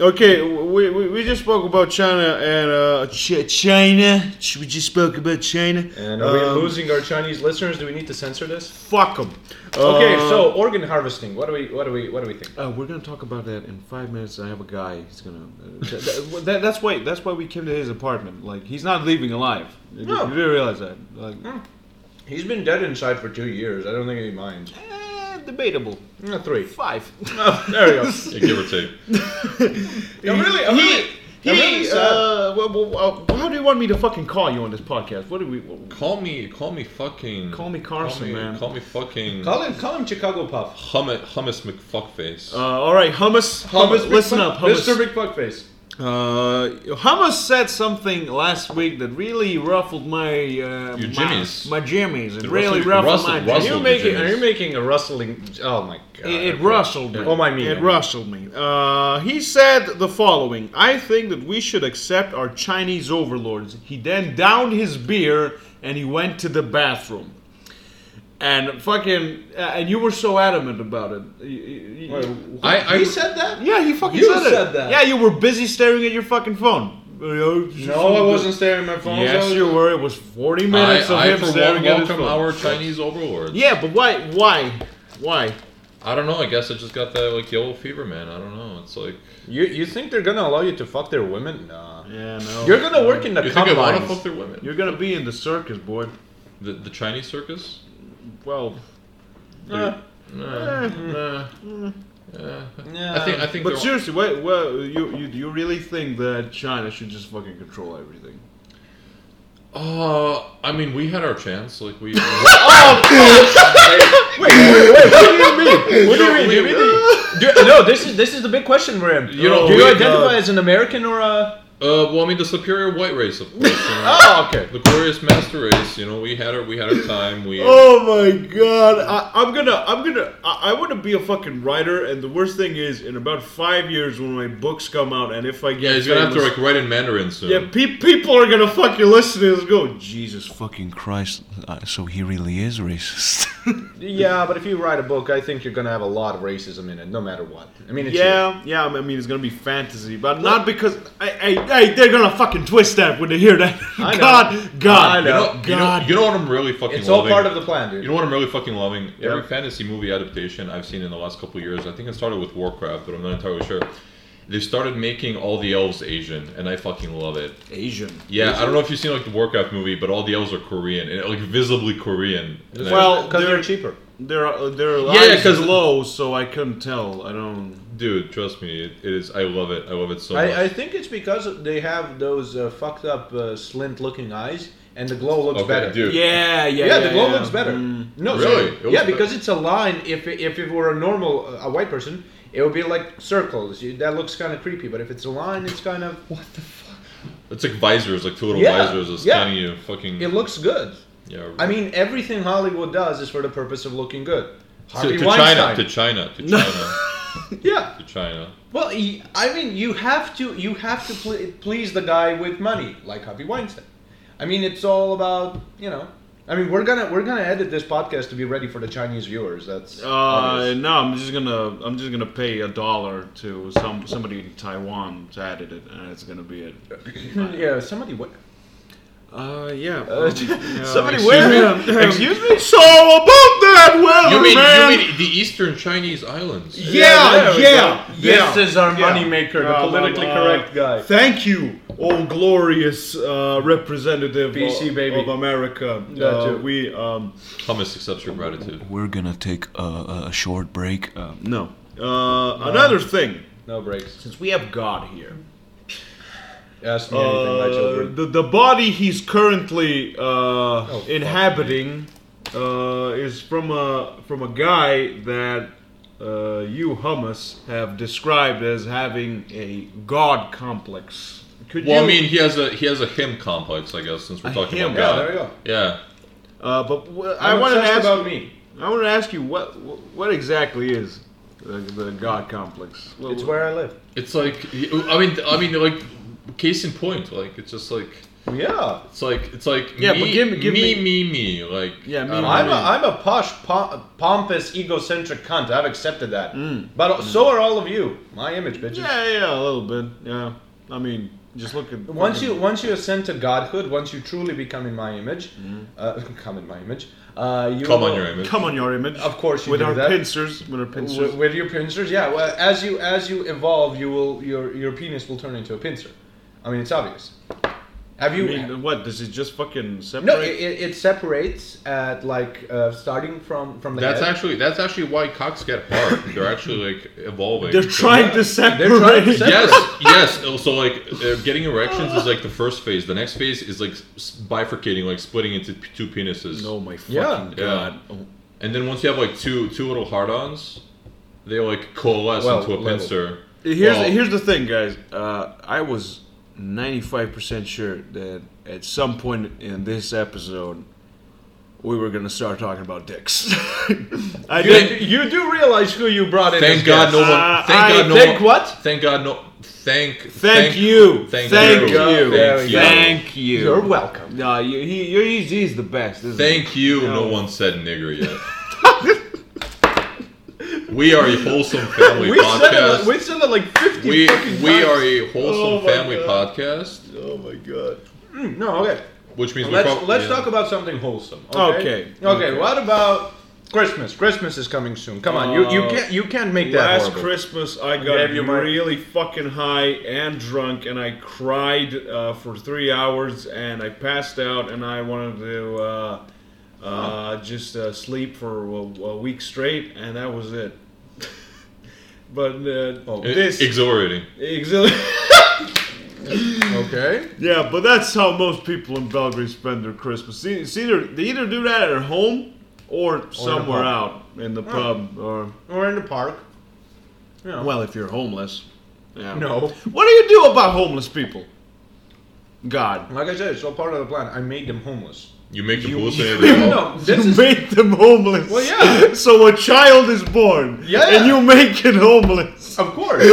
[SPEAKER 1] Okay, we, we, we just spoke about China and uh, Ch- China. Ch- We just spoke about China.
[SPEAKER 2] And are we
[SPEAKER 1] Um,
[SPEAKER 2] losing our Chinese listeners? Do we need to censor this? Uh,
[SPEAKER 1] Fuck Uh, them.
[SPEAKER 2] Okay, so organ harvesting. What do we? What do we? What do we think?
[SPEAKER 1] Uh, we're gonna talk about that in five minutes. I have a guy. He's gonna. Uh, th- th- that, that's why. That's why we came to his apartment. Like he's not leaving alive. You,
[SPEAKER 2] No.
[SPEAKER 1] you didn't realize that. Like,
[SPEAKER 2] He's been dead inside for two years. I don't think he minds.
[SPEAKER 1] eh, debatable.
[SPEAKER 2] Eh, Three.
[SPEAKER 1] Five.
[SPEAKER 2] Oh, there you go.
[SPEAKER 3] Yeah, give or take.
[SPEAKER 2] I'm really, I'm
[SPEAKER 1] He.
[SPEAKER 2] really, I'm really
[SPEAKER 1] He.
[SPEAKER 2] sad.
[SPEAKER 1] Uh, well, well, uh, how do you want me to fucking call you on this podcast? What do we? What,
[SPEAKER 3] Call me, call me fucking.
[SPEAKER 1] Call me Carson,
[SPEAKER 3] call me,
[SPEAKER 1] man.
[SPEAKER 3] Call me fucking.
[SPEAKER 2] call him, call him Chicago Puff.
[SPEAKER 3] hummus, hummus McFuckface.
[SPEAKER 1] uh, all right, hummus. Hummus.
[SPEAKER 2] Big
[SPEAKER 1] listen
[SPEAKER 2] Fuck-
[SPEAKER 1] up, hummus.
[SPEAKER 2] Mr. Big Fuckface.
[SPEAKER 1] Uh, Hummus said something last week that really ruffled my uh,
[SPEAKER 3] Your
[SPEAKER 1] my-
[SPEAKER 3] jimmies.
[SPEAKER 1] my, jimmies. It
[SPEAKER 3] It
[SPEAKER 1] really
[SPEAKER 3] rustled-
[SPEAKER 1] ruffled
[SPEAKER 3] rustled-
[SPEAKER 1] my
[SPEAKER 2] Are
[SPEAKER 3] rustled
[SPEAKER 1] jimmies.
[SPEAKER 2] you
[SPEAKER 3] Russell
[SPEAKER 2] making?
[SPEAKER 3] DeGeneres.
[SPEAKER 2] Are you making a rustling? Oh my god!
[SPEAKER 1] It, it rustled me.
[SPEAKER 2] Oh my me.
[SPEAKER 1] It rustled me. Uh, he said the following: I think that we should accept our Chinese overlords. He then downed his beer and he went to the bathroom. And fucking, uh, and you were so adamant about it. You- you- you-
[SPEAKER 3] I- I-
[SPEAKER 2] he said that.
[SPEAKER 1] yeah, he fucking
[SPEAKER 2] You
[SPEAKER 1] said, it.
[SPEAKER 2] said that.
[SPEAKER 1] Yeah, you were busy staring at your fucking phone. No,
[SPEAKER 2] No, I wasn't staring at my phone. I
[SPEAKER 1] Yes,
[SPEAKER 2] was-
[SPEAKER 1] you were. It was 40
[SPEAKER 3] I,
[SPEAKER 1] minutes of
[SPEAKER 3] I
[SPEAKER 1] him
[SPEAKER 3] for one
[SPEAKER 1] staring at his
[SPEAKER 3] welcome
[SPEAKER 1] phone.
[SPEAKER 3] our Chinese overlords.
[SPEAKER 1] Yeah, but why? Why? Why?
[SPEAKER 3] I don't know. I guess I just got that like yellow fever, man. I don't know. It's like
[SPEAKER 2] You you think they're gonna allow you to fuck their women? Nah.
[SPEAKER 1] Yeah, no.
[SPEAKER 2] You're gonna work in the
[SPEAKER 3] you think I want to fuck
[SPEAKER 2] combines.
[SPEAKER 3] their women?
[SPEAKER 1] You're gonna be in the circus, boy.
[SPEAKER 3] The, the Chinese circus?
[SPEAKER 1] Well,
[SPEAKER 2] Eh, hmm.
[SPEAKER 3] Nah, nah, eh.
[SPEAKER 2] yeah.
[SPEAKER 3] I think I think.
[SPEAKER 1] but
[SPEAKER 3] they're-
[SPEAKER 1] seriously, wait, well, you, you you really think that China should just fucking control everything?
[SPEAKER 3] Uh, I mean, we had our chance. Like we. uh,
[SPEAKER 2] What do you mean? You mean- Do- no, this is this is the big question for him.
[SPEAKER 3] You know,
[SPEAKER 2] do you
[SPEAKER 3] we-
[SPEAKER 2] identify as an American or a?
[SPEAKER 3] Uh, well, I mean, the superior white race, of course. you know.
[SPEAKER 2] Oh, okay.
[SPEAKER 3] The glorious master race. You know, we had our we had our time. We.
[SPEAKER 1] Oh my god! I, I'm gonna, I'm gonna, I, I want to be a fucking writer. And the worst thing is, in about five years, when my books come out, and if I get
[SPEAKER 3] yeah, he's gonna have to
[SPEAKER 1] famous-
[SPEAKER 3] like write in Mandarin soon.
[SPEAKER 1] Yeah, pe- people are gonna fucking listen to this. and Go, Jesus fucking Christ! Uh, so he really is racist.
[SPEAKER 2] Yeah, but if you write a book, I think you're gonna have a lot of racism in it, no matter what. I mean, it's
[SPEAKER 1] yeah, yeah. I mean, it's gonna be fantasy, but not because. Hey, hey, hey, they're gonna fucking twist that when they hear that.
[SPEAKER 2] I know.
[SPEAKER 1] God, God,
[SPEAKER 2] I
[SPEAKER 3] You know, you know,
[SPEAKER 1] God.
[SPEAKER 3] you know what I'm really fucking.
[SPEAKER 2] Oh, It's all
[SPEAKER 3] loving?
[SPEAKER 2] part of the plan, dude.
[SPEAKER 3] You know what I'm really fucking loving? Every
[SPEAKER 1] Yeah.
[SPEAKER 3] fantasy movie adaptation I've seen in the last couple of years, I think it started with Warcraft, but I'm not entirely sure. They started making all the elves Asian, and I fucking love it.
[SPEAKER 1] Asian.
[SPEAKER 3] Yeah, I don't know if you've seen like the Warcraft movie, but all the elves are Korean, and like visibly Korean. And I-
[SPEAKER 1] Well,
[SPEAKER 2] because
[SPEAKER 1] they're-
[SPEAKER 2] they're cheaper.
[SPEAKER 1] There are there are
[SPEAKER 3] Yeah, yeah,
[SPEAKER 1] lives
[SPEAKER 3] 'cause-
[SPEAKER 1] low, so I couldn't tell. I don't.
[SPEAKER 3] dude, trust me, it, it is. I love it. I love it so much.
[SPEAKER 2] I, I think it's because they have those uh, fucked up uh, slant looking eyes, and the glow looks
[SPEAKER 3] okay,
[SPEAKER 2] better.
[SPEAKER 3] dude.
[SPEAKER 1] Yeah, yeah,
[SPEAKER 2] Yeah, the glow looks better.
[SPEAKER 1] Mm.
[SPEAKER 2] No,
[SPEAKER 3] Really?
[SPEAKER 2] sorry.
[SPEAKER 3] It looks
[SPEAKER 2] yeah,
[SPEAKER 3] better.
[SPEAKER 2] because it's a line. If if it were a normal uh, a white person, it would be like circles. You- That looks kind of creepy. But if it's a line, it's kind of
[SPEAKER 3] It's like visors, like total
[SPEAKER 2] Yeah,
[SPEAKER 3] visors, is
[SPEAKER 2] yeah.
[SPEAKER 3] scanning you. Fucking.
[SPEAKER 2] it looks good.
[SPEAKER 3] yeah.
[SPEAKER 2] I mean, everything Hollywood does is for the purpose of looking good.
[SPEAKER 3] to,
[SPEAKER 2] Harvey
[SPEAKER 3] to China,
[SPEAKER 2] Weinstein.
[SPEAKER 3] to China, to China,
[SPEAKER 2] yeah.
[SPEAKER 3] to China.
[SPEAKER 2] Well, y- I mean, you have to you have to ple- please the guy with money, like Harvey Weinstein. I mean, it's all about you know. I mean, we're gonna we're gonna edit this podcast to be ready for the Chinese viewers. That's
[SPEAKER 1] Uh,
[SPEAKER 2] obvious.
[SPEAKER 1] no, I'm just gonna I'm just gonna pay a dollar to some somebody in Taiwan to edit it, and it's gonna be it.
[SPEAKER 2] yeah. Somebody what?
[SPEAKER 1] Uh, yeah.
[SPEAKER 2] Uh,
[SPEAKER 1] yeah,
[SPEAKER 2] somebody
[SPEAKER 1] excuse
[SPEAKER 2] where?
[SPEAKER 1] me. um,
[SPEAKER 2] Excuse me.
[SPEAKER 1] So about that
[SPEAKER 2] Oh,
[SPEAKER 1] weather,
[SPEAKER 3] You mean,
[SPEAKER 1] man.
[SPEAKER 3] you mean the Eastern Chinese islands?
[SPEAKER 1] yeah,
[SPEAKER 2] there we
[SPEAKER 1] yeah,
[SPEAKER 2] go.
[SPEAKER 1] yeah.
[SPEAKER 2] This is our
[SPEAKER 1] yeah.
[SPEAKER 2] moneymaker, the
[SPEAKER 1] Uh,
[SPEAKER 2] politically
[SPEAKER 1] uh,
[SPEAKER 2] correct guy.
[SPEAKER 1] Thank you, oh glorious uh, representative
[SPEAKER 2] BC
[SPEAKER 1] of,
[SPEAKER 2] baby.
[SPEAKER 1] of America.
[SPEAKER 2] Yeah,
[SPEAKER 1] Uh,
[SPEAKER 2] too.
[SPEAKER 1] we um,
[SPEAKER 3] Hummus accepts your gratitude.
[SPEAKER 1] we're gonna take a, a short break. Uh, no. Uh, another thing,
[SPEAKER 2] No breaks.
[SPEAKER 1] since we have God here,
[SPEAKER 2] Ask me anything, my
[SPEAKER 1] uh,
[SPEAKER 2] children.
[SPEAKER 1] the the body he's currently uh,
[SPEAKER 2] Oh, fuck me.
[SPEAKER 1] inhabiting uh, is from a from a guy that uh, you hummus have described as having a god complex. Could
[SPEAKER 3] Well, I
[SPEAKER 1] you-
[SPEAKER 3] mean, he has a he has a him complex, I guess, since we're
[SPEAKER 1] A
[SPEAKER 3] talking
[SPEAKER 1] him.
[SPEAKER 2] Yeah,
[SPEAKER 3] about God.
[SPEAKER 2] there we go.
[SPEAKER 3] Yeah.
[SPEAKER 1] Uh, but w- I
[SPEAKER 2] I'm
[SPEAKER 1] want to
[SPEAKER 2] obsessed
[SPEAKER 1] ask.
[SPEAKER 2] about me.
[SPEAKER 1] I want to ask you what what exactly is the, the god complex? What-
[SPEAKER 2] It's where I live.
[SPEAKER 3] It's like I mean, I mean, like case in point, like it's just like
[SPEAKER 2] Yeah.
[SPEAKER 3] it's like it's like
[SPEAKER 1] Yeah,
[SPEAKER 3] me,
[SPEAKER 1] but give me- give
[SPEAKER 3] me, me, me, like
[SPEAKER 1] Yeah, me,
[SPEAKER 3] I don't
[SPEAKER 1] me,
[SPEAKER 3] know.
[SPEAKER 2] I'm a,
[SPEAKER 1] mean-
[SPEAKER 2] I'm a posh, po- pompous, egocentric cunt. I've accepted that. But so are all of you. My image, bitches.
[SPEAKER 1] Mm. yeah, yeah, a little bit. Yeah, I mean, just look at
[SPEAKER 2] Once you once you ascend to godhood, once you truly become in my image, uh, come in my image, uh, you
[SPEAKER 3] Mm-hmm. come on
[SPEAKER 2] will-
[SPEAKER 3] your image.
[SPEAKER 1] come on your image.
[SPEAKER 2] Of course you
[SPEAKER 1] with
[SPEAKER 2] do
[SPEAKER 1] our
[SPEAKER 2] that.
[SPEAKER 1] pincers, with our pincers.
[SPEAKER 2] With, with your pincers, yeah. Well, as you as you evolve, you will your your penis will turn into a pincer. I mean, it's obvious. Have
[SPEAKER 1] I
[SPEAKER 2] you?
[SPEAKER 1] mean, what does it just fucking separate?
[SPEAKER 2] no, it, it, it separates at like uh, starting from from the
[SPEAKER 3] That's
[SPEAKER 2] head.
[SPEAKER 3] actually that's actually why cocks get hard. They're actually like evolving.
[SPEAKER 1] they're
[SPEAKER 3] So-
[SPEAKER 1] trying to
[SPEAKER 2] They're trying to
[SPEAKER 1] separate.
[SPEAKER 2] separate.
[SPEAKER 3] Yes, yes. Oh, So like uh, getting erections is like the first phase. The next phase is like s- bifurcating, like splitting into p- two penises.
[SPEAKER 1] No, my fucking
[SPEAKER 2] Yeah.
[SPEAKER 1] god.
[SPEAKER 3] And then once you have like two two little hard-ons, they like coalesce
[SPEAKER 2] Well,
[SPEAKER 3] into a
[SPEAKER 2] level.
[SPEAKER 3] pincer.
[SPEAKER 1] Here's
[SPEAKER 3] Well,
[SPEAKER 1] here's the thing, guys. Uh, I was 95% sure that at some point in this episode we were gonna start talking about dicks. I
[SPEAKER 2] You,
[SPEAKER 1] did.
[SPEAKER 2] you do realize who you brought in?
[SPEAKER 3] Thank
[SPEAKER 2] as
[SPEAKER 3] God
[SPEAKER 2] guests.
[SPEAKER 3] no one.
[SPEAKER 1] Uh,
[SPEAKER 3] thank
[SPEAKER 1] I
[SPEAKER 3] God no
[SPEAKER 2] think
[SPEAKER 3] one.
[SPEAKER 2] what?
[SPEAKER 3] Thank God no. Thank. Thank,
[SPEAKER 1] you.
[SPEAKER 3] Thank,
[SPEAKER 1] Thank
[SPEAKER 3] you.
[SPEAKER 2] you. There we
[SPEAKER 3] Thank you.
[SPEAKER 2] go.
[SPEAKER 1] Thank you.
[SPEAKER 2] You're welcome.
[SPEAKER 1] No, you, he, you're, he's, he's the best. Isn't
[SPEAKER 3] Thank you. No one said nigger yet. we are a wholesome family
[SPEAKER 2] We said it,
[SPEAKER 3] podcast.
[SPEAKER 2] like- we said it like fifty
[SPEAKER 3] we
[SPEAKER 2] fucking
[SPEAKER 3] we
[SPEAKER 2] times.
[SPEAKER 3] are a
[SPEAKER 1] Oh
[SPEAKER 3] wholesome
[SPEAKER 1] my
[SPEAKER 3] family
[SPEAKER 1] God.
[SPEAKER 3] podcast,
[SPEAKER 1] he? Oh my god.
[SPEAKER 2] Mm, no, okay.
[SPEAKER 3] which means
[SPEAKER 2] Let's
[SPEAKER 3] we prob-
[SPEAKER 2] let's
[SPEAKER 3] yeah.
[SPEAKER 2] talk about something wholesome.
[SPEAKER 1] Okay.
[SPEAKER 2] Okay.
[SPEAKER 1] Okay.
[SPEAKER 2] What about Christmas? Christmas is coming soon. Come on, you you
[SPEAKER 1] Uh,
[SPEAKER 2] can't you can't make that
[SPEAKER 1] Last
[SPEAKER 2] horrible.
[SPEAKER 1] Christmas, I got
[SPEAKER 2] Gave you my-
[SPEAKER 1] really fucking high and drunk, and I cried uh, for three hours, and I passed out, and I wanted to uh, uh, just uh, sleep for a, a week straight, and that was it. but uh,
[SPEAKER 2] Oh.
[SPEAKER 3] E-
[SPEAKER 1] this
[SPEAKER 3] exhilarating.
[SPEAKER 1] exil-
[SPEAKER 2] Okay.
[SPEAKER 1] Yeah, but that's how most people in Belgrade spend their Christmas. See- It's either they either do that at their home or, somewhere
[SPEAKER 2] pub.
[SPEAKER 1] out in the pub or
[SPEAKER 2] Or in the park. Yeah.
[SPEAKER 1] well, if you're homeless. Yeah.
[SPEAKER 2] no.
[SPEAKER 1] What do you do about homeless people? God.
[SPEAKER 2] Like I said, it's all part of the plan. I made them homeless.
[SPEAKER 3] You make the
[SPEAKER 1] You-
[SPEAKER 3] bullshit.
[SPEAKER 1] you-
[SPEAKER 3] everything.
[SPEAKER 2] No, this
[SPEAKER 1] you
[SPEAKER 2] is-
[SPEAKER 1] make them homeless.
[SPEAKER 2] Well, yeah.
[SPEAKER 1] So a child is born.
[SPEAKER 2] Yeah.
[SPEAKER 1] And you make it homeless.
[SPEAKER 2] Of course.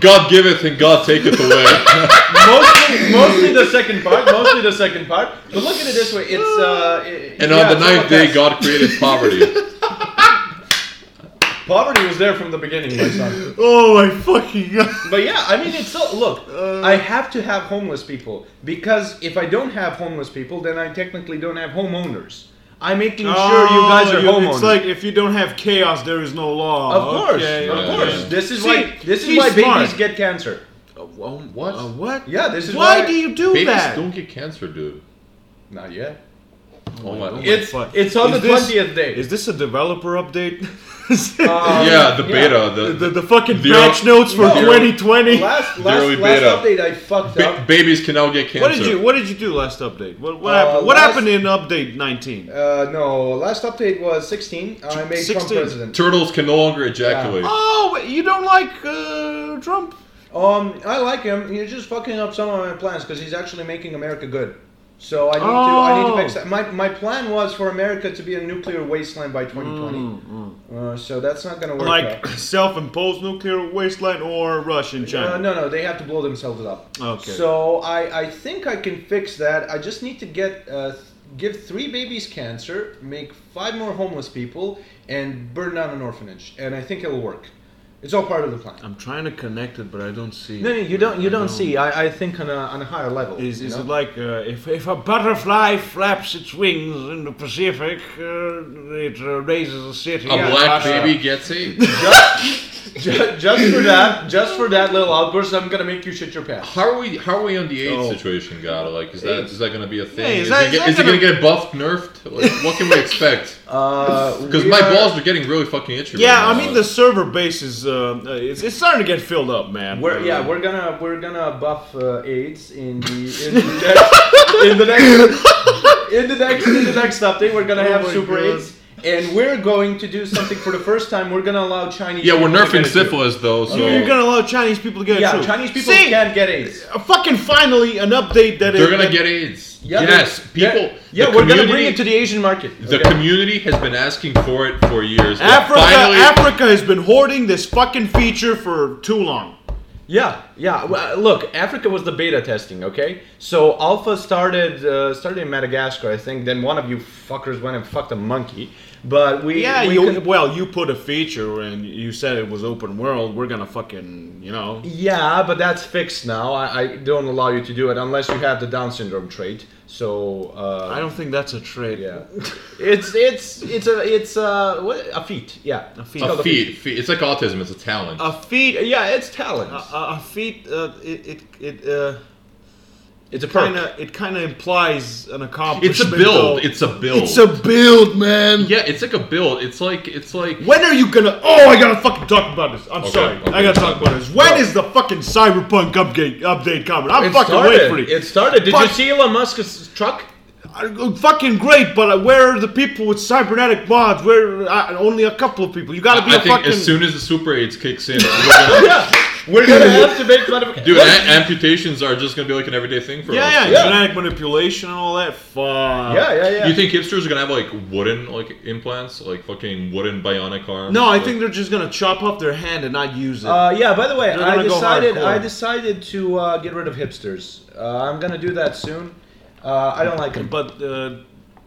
[SPEAKER 3] God giveth and God taketh away.
[SPEAKER 2] mostly, mostly the second part. Mostly the second part. But look at it this way: it's uh. i-
[SPEAKER 3] and
[SPEAKER 2] yeah,
[SPEAKER 3] on the
[SPEAKER 2] it's all
[SPEAKER 3] ninth
[SPEAKER 2] about
[SPEAKER 3] day,
[SPEAKER 2] that.
[SPEAKER 3] God created poverty.
[SPEAKER 2] poverty was there from the beginning, my son.
[SPEAKER 1] Oh my fucking god.
[SPEAKER 2] But yeah, I mean, it's so. Look,
[SPEAKER 1] Uh,
[SPEAKER 2] I have to have homeless people because if I don't have homeless people, then I technically don't have homeowners. I'm making sure you guys
[SPEAKER 1] Oh,
[SPEAKER 2] are homeowners.
[SPEAKER 1] It's like if you don't have chaos, there is no law.
[SPEAKER 2] of course,
[SPEAKER 1] Okay,
[SPEAKER 2] of
[SPEAKER 1] okay.
[SPEAKER 2] course. This is
[SPEAKER 1] See,
[SPEAKER 2] why. This is
[SPEAKER 1] he's
[SPEAKER 2] why babies
[SPEAKER 1] smart.
[SPEAKER 2] get cancer.
[SPEAKER 1] Uh, wha-
[SPEAKER 3] What?
[SPEAKER 1] uh, what?
[SPEAKER 2] Yeah, this is
[SPEAKER 1] why,
[SPEAKER 2] why-
[SPEAKER 1] do you do
[SPEAKER 3] Babies
[SPEAKER 1] that?
[SPEAKER 3] don't get cancer, dude.
[SPEAKER 2] Not yet.
[SPEAKER 3] Oh my.
[SPEAKER 1] God.
[SPEAKER 2] It's
[SPEAKER 1] fuck.
[SPEAKER 2] it's on
[SPEAKER 1] Is
[SPEAKER 2] the
[SPEAKER 1] this-
[SPEAKER 2] twentieth day.
[SPEAKER 1] Is this a developer update?
[SPEAKER 2] Uh,
[SPEAKER 3] yeah, the
[SPEAKER 2] yeah.
[SPEAKER 3] beta.
[SPEAKER 1] the,
[SPEAKER 3] The,
[SPEAKER 1] the, the fucking
[SPEAKER 3] the-
[SPEAKER 1] patch notes for
[SPEAKER 2] No.
[SPEAKER 1] 2020.
[SPEAKER 2] last
[SPEAKER 3] Zero
[SPEAKER 2] last, last
[SPEAKER 3] beta.
[SPEAKER 2] update, I fucked
[SPEAKER 3] ba-
[SPEAKER 2] up.
[SPEAKER 3] babies can now get cancer.
[SPEAKER 1] What did you What did you do last update? What What
[SPEAKER 2] Uh,
[SPEAKER 1] happened? What
[SPEAKER 2] last-
[SPEAKER 1] happened in update 19?
[SPEAKER 2] Uh, no, last update was sixteen. I made Trump
[SPEAKER 1] 16.
[SPEAKER 2] president.
[SPEAKER 3] Turtles can no longer ejaculate.
[SPEAKER 1] oh, wait, you don't like uh, Trump?
[SPEAKER 2] Um, I like him. He's just fucking up some of my plans because he's actually making America good. So I need to I need to fix that. My, my plan was for America to be a nuclear wasteland by 2020. Uh, so that's not gonna work.
[SPEAKER 1] Like
[SPEAKER 2] out.
[SPEAKER 1] self-imposed nuclear wasteland or Russian
[SPEAKER 2] Uh,
[SPEAKER 1] China?
[SPEAKER 2] no, no, they have to blow themselves up.
[SPEAKER 1] Okay.
[SPEAKER 2] So I, I think I can fix that. I just need to get uh, th- give three babies cancer, make five more homeless people, and burn down an orphanage, and I think it'll work. It's all part of the plan.
[SPEAKER 1] I'm trying to connect it, but I don't see.
[SPEAKER 2] No, no, you don't. You
[SPEAKER 1] I
[SPEAKER 2] don't see. I, I think on a, on a higher level.
[SPEAKER 1] Is,
[SPEAKER 2] you
[SPEAKER 1] is
[SPEAKER 2] know?
[SPEAKER 1] it like uh, if, if a butterfly flaps its wings in the Pacific, uh, it uh, raises a city?
[SPEAKER 3] A
[SPEAKER 1] in
[SPEAKER 3] black
[SPEAKER 1] Russia?
[SPEAKER 3] baby gets it.
[SPEAKER 2] Ju- just for that? Just for that little outburst, I'm gonna make you shit your pants.
[SPEAKER 3] How are we? How are we on the AIDS
[SPEAKER 1] Oh.
[SPEAKER 3] situation, God? Like, is that is that gonna be a thing?
[SPEAKER 1] Hey, is
[SPEAKER 3] is
[SPEAKER 1] that-
[SPEAKER 3] it
[SPEAKER 1] is
[SPEAKER 3] get-
[SPEAKER 1] that
[SPEAKER 3] is it gonna
[SPEAKER 1] gonna-
[SPEAKER 3] get buffed, nerfed? Like, what can we expect?
[SPEAKER 2] Uh, Because
[SPEAKER 3] Because my balls are getting really fucking itchy.
[SPEAKER 1] Yeah,
[SPEAKER 3] right
[SPEAKER 1] I
[SPEAKER 3] now.
[SPEAKER 1] mean the server base is uh, uh, it's, it's starting to get filled up, man.
[SPEAKER 2] We're, yeah, we're gonna we're gonna buff uh, AIDS in the in the next in the next in the next in the next update. We're gonna
[SPEAKER 1] Oh
[SPEAKER 2] have
[SPEAKER 1] my
[SPEAKER 2] super
[SPEAKER 1] God.
[SPEAKER 2] AIDS, and we're going to do something for the first time. We're gonna allow Chinese.
[SPEAKER 3] yeah, we're
[SPEAKER 2] people to get
[SPEAKER 3] nerfing
[SPEAKER 2] it too.
[SPEAKER 3] syphilis though. So
[SPEAKER 1] You- you're gonna allow Chinese people to get it
[SPEAKER 2] Yeah,
[SPEAKER 1] through.
[SPEAKER 2] Chinese people
[SPEAKER 1] See,
[SPEAKER 2] can't get AIDS.
[SPEAKER 1] uh, fucking finally an update that
[SPEAKER 3] they're
[SPEAKER 1] is-
[SPEAKER 3] gonna
[SPEAKER 1] that-
[SPEAKER 3] get AIDS.
[SPEAKER 2] Yeah,
[SPEAKER 3] yes,
[SPEAKER 2] they're-
[SPEAKER 3] people.
[SPEAKER 2] Yeah,
[SPEAKER 3] the
[SPEAKER 2] yeah we're gonna bring
[SPEAKER 3] community-
[SPEAKER 2] it to the Asian market.
[SPEAKER 3] The
[SPEAKER 2] okay?
[SPEAKER 3] community has been asking for it for years. They're
[SPEAKER 1] Africa.
[SPEAKER 3] finally,
[SPEAKER 1] Africa has been hoarding this fucking feature for too long.
[SPEAKER 2] Yeah, yeah. Well, look, Africa was the beta testing, okay? So Alpha started uh, started in Madagascar, I think. Then one of you fuckers went and fucked a monkey. But we
[SPEAKER 1] Yeah,
[SPEAKER 2] we
[SPEAKER 1] you
[SPEAKER 2] con-
[SPEAKER 1] well, you put a feature and you said it was open world. We're gonna fucking, you know.
[SPEAKER 2] yeah, but that's fixed now. I, I don't allow you to do it unless you have the Down syndrome trait. So uh,
[SPEAKER 1] I don't think that's a trait.
[SPEAKER 2] yeah, it's it's it's a it's a what, a feat. Yeah, a
[SPEAKER 1] feat.
[SPEAKER 3] a feat, feat. It's like autism. It's a talent.
[SPEAKER 1] A feat.
[SPEAKER 2] Yeah, it's talent.
[SPEAKER 1] A, a a feat. Uh, it it it uh,
[SPEAKER 2] it's a perk.
[SPEAKER 1] kind of it kind of implies an accomplishment.
[SPEAKER 3] it's a
[SPEAKER 1] though.
[SPEAKER 3] build. It's a build.
[SPEAKER 1] It's a build, man.
[SPEAKER 3] yeah, it's like a build. It's like it's like
[SPEAKER 1] When are you gonna? Oh, I gotta fucking talk about this. I'm
[SPEAKER 3] Okay,
[SPEAKER 1] sorry,
[SPEAKER 3] okay.
[SPEAKER 1] I gotta talk about this. When is the fucking Cyberpunk update update coming? I'm
[SPEAKER 2] it
[SPEAKER 1] fucking
[SPEAKER 2] started.
[SPEAKER 1] waiting for it.
[SPEAKER 2] It started. Did you
[SPEAKER 1] But-
[SPEAKER 2] see Elon Musk's truck?
[SPEAKER 1] Uh, fucking great, but uh, where are the people with cybernetic mods? Where uh, only a couple of people? You gotta be
[SPEAKER 3] I
[SPEAKER 1] a
[SPEAKER 3] think
[SPEAKER 1] fucking.
[SPEAKER 3] as soon as the super aids kicks in, we're gonna-
[SPEAKER 2] Yeah, we're gonna have to make modifications.
[SPEAKER 3] dude, a- amputations are just gonna be like an everyday thing for us.
[SPEAKER 1] yeah, yeah,
[SPEAKER 2] Yeah.
[SPEAKER 1] genetic manipulation and all that. Fuck.
[SPEAKER 2] Yeah, yeah, yeah.
[SPEAKER 3] You think hipsters are gonna have like wooden like implants, like fucking wooden bionic arms?
[SPEAKER 1] No, I
[SPEAKER 3] Like-
[SPEAKER 1] think they're just gonna chop off their hand and not use it.
[SPEAKER 2] Uh, yeah. By the way,
[SPEAKER 1] They're
[SPEAKER 2] I
[SPEAKER 1] gonna go
[SPEAKER 2] decided I
[SPEAKER 1] hardcore.
[SPEAKER 2] decided to uh, get rid of hipsters. Uh, I'm gonna do that soon. Uh, I don't like them.
[SPEAKER 1] but uh,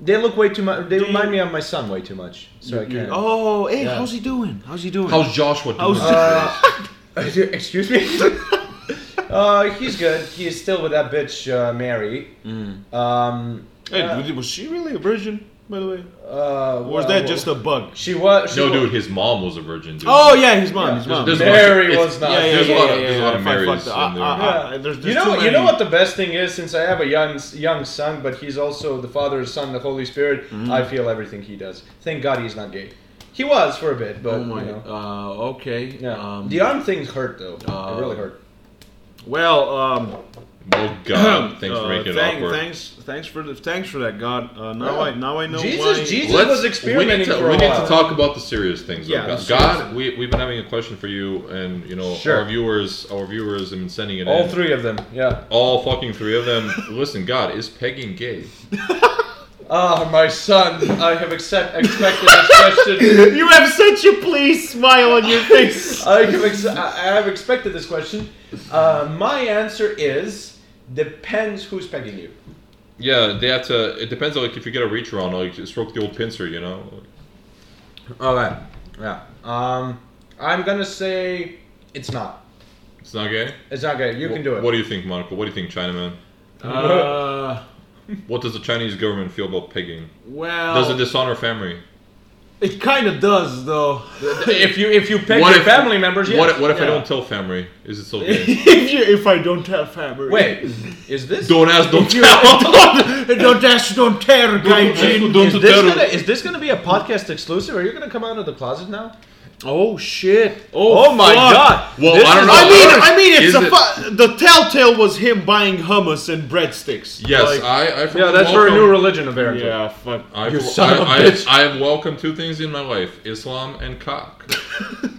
[SPEAKER 2] They look way too much. They
[SPEAKER 1] Do
[SPEAKER 2] remind
[SPEAKER 1] you-
[SPEAKER 2] me of my son way too much. So I can't.
[SPEAKER 1] oh, hey,
[SPEAKER 2] Yeah.
[SPEAKER 1] how's he doing? How's he doing?
[SPEAKER 3] How's Joshua doing?
[SPEAKER 1] How's-
[SPEAKER 2] Excuse me. uh, he's good. He's still with that bitch uh, Mary.
[SPEAKER 1] Mm.
[SPEAKER 2] Um,
[SPEAKER 1] hey,
[SPEAKER 2] uh,
[SPEAKER 1] was she really a virgin, by the way,
[SPEAKER 2] uh,
[SPEAKER 1] or is that just a bug?
[SPEAKER 2] She was. She
[SPEAKER 3] no,
[SPEAKER 2] wa-
[SPEAKER 3] dude, his mom was a virgin. Dude.
[SPEAKER 1] Oh yeah, his mom.
[SPEAKER 2] Yeah.
[SPEAKER 1] His mom.
[SPEAKER 3] There's a bunch of-
[SPEAKER 2] Mary
[SPEAKER 3] it's-
[SPEAKER 2] was not.
[SPEAKER 1] yeah, yeah,
[SPEAKER 3] There's a
[SPEAKER 1] yeah,
[SPEAKER 3] lot
[SPEAKER 1] yeah,
[SPEAKER 3] of- there's a
[SPEAKER 1] yeah,
[SPEAKER 3] lot of
[SPEAKER 1] if I
[SPEAKER 3] Marys
[SPEAKER 1] fucked up-
[SPEAKER 3] in there.
[SPEAKER 1] I- I-
[SPEAKER 2] Yeah.
[SPEAKER 1] Uh, I- there's-
[SPEAKER 2] you
[SPEAKER 1] there's
[SPEAKER 2] know,
[SPEAKER 1] too
[SPEAKER 2] you know
[SPEAKER 1] many.
[SPEAKER 2] what the best thing is. Since I have a young, young son, but he's also the Father, Son, the Holy Spirit.
[SPEAKER 1] Mm-hmm.
[SPEAKER 2] I feel everything he does. Thank God he's not gay. He was for a bit, but
[SPEAKER 1] Oh my.
[SPEAKER 2] you know,
[SPEAKER 1] Uh, okay.
[SPEAKER 2] yeah.
[SPEAKER 1] Um,
[SPEAKER 2] the arm thing hurt though.
[SPEAKER 1] uh,
[SPEAKER 2] it really hurt.
[SPEAKER 1] well. Um, uh,
[SPEAKER 3] Oh god, thanks for making it
[SPEAKER 1] thank-
[SPEAKER 3] awkward.
[SPEAKER 1] Thanks, thanks for the, thanks for that, God. Uh, now
[SPEAKER 2] Yeah.
[SPEAKER 1] I now I know
[SPEAKER 2] Jesus,
[SPEAKER 1] why.
[SPEAKER 2] Jesus
[SPEAKER 3] Let's-
[SPEAKER 2] was experimenting
[SPEAKER 3] we need to,
[SPEAKER 2] for a
[SPEAKER 3] we
[SPEAKER 2] while.
[SPEAKER 3] need to talk about the serious things.
[SPEAKER 1] Yeah,
[SPEAKER 3] Yeah,
[SPEAKER 1] the
[SPEAKER 3] God,
[SPEAKER 1] serious
[SPEAKER 3] God, we, we've been having a question for you, and you know
[SPEAKER 2] Sure.
[SPEAKER 3] our viewers, our viewers have been sending it
[SPEAKER 2] All
[SPEAKER 3] in.
[SPEAKER 2] three of them. Yeah.
[SPEAKER 3] all fucking three of them. Listen, God, is pegging gay?
[SPEAKER 2] Ah, my son. I have accept, expected this question.
[SPEAKER 1] You have such a pleased smile on your face.
[SPEAKER 2] I have, ex- I I have expected this question. Uh, my answer is depends who's pegging you.
[SPEAKER 3] Yeah, they have to. It depends on like if you get a reach around, like stroke the old pincer, you know.
[SPEAKER 2] Okay. Yeah. Um, I'm gonna say it's not.
[SPEAKER 3] It's not gay.
[SPEAKER 2] It's not good. You
[SPEAKER 3] Wh-
[SPEAKER 2] can do it.
[SPEAKER 3] What do you think, Monica? What do you think, Chinaman?
[SPEAKER 1] uh,
[SPEAKER 3] What does the Chinese government feel about pegging?
[SPEAKER 1] well,
[SPEAKER 2] Oh.
[SPEAKER 3] Does it dishonor family?
[SPEAKER 1] it kind of does though.
[SPEAKER 2] if you if you peg
[SPEAKER 3] What
[SPEAKER 2] your
[SPEAKER 3] if-
[SPEAKER 2] family members, yes.
[SPEAKER 3] What if, what if I
[SPEAKER 1] yeah.
[SPEAKER 3] don't tell family? Is it still gay?
[SPEAKER 1] if you, if I don't have family,
[SPEAKER 2] Wait, is this
[SPEAKER 3] don't ask, don't
[SPEAKER 2] you-
[SPEAKER 3] tell.
[SPEAKER 1] don't, don't ask, don't tear, Gaijin.
[SPEAKER 3] don't
[SPEAKER 2] is this
[SPEAKER 3] tell.
[SPEAKER 2] gonna is this gonna be a podcast exclusive? Are you gonna come out of the closet now?
[SPEAKER 1] Oh shit!
[SPEAKER 2] Oh, my
[SPEAKER 1] fuck.
[SPEAKER 2] god!
[SPEAKER 3] Well, I don't
[SPEAKER 2] is-
[SPEAKER 3] know.
[SPEAKER 1] I mean, I mean,
[SPEAKER 3] Is
[SPEAKER 1] it's a
[SPEAKER 3] it-
[SPEAKER 1] fu- the telltale was him buying hummus and breadsticks.
[SPEAKER 3] Yes,
[SPEAKER 1] Like,
[SPEAKER 3] I. I
[SPEAKER 2] Yeah, that's for a
[SPEAKER 3] welcome,
[SPEAKER 2] new religion, apparently.
[SPEAKER 1] yeah, fuck.
[SPEAKER 3] I,
[SPEAKER 2] You
[SPEAKER 3] I-
[SPEAKER 2] son of a
[SPEAKER 3] I-
[SPEAKER 2] bitch.
[SPEAKER 3] I have welcomed two things in my life: Islam and cock.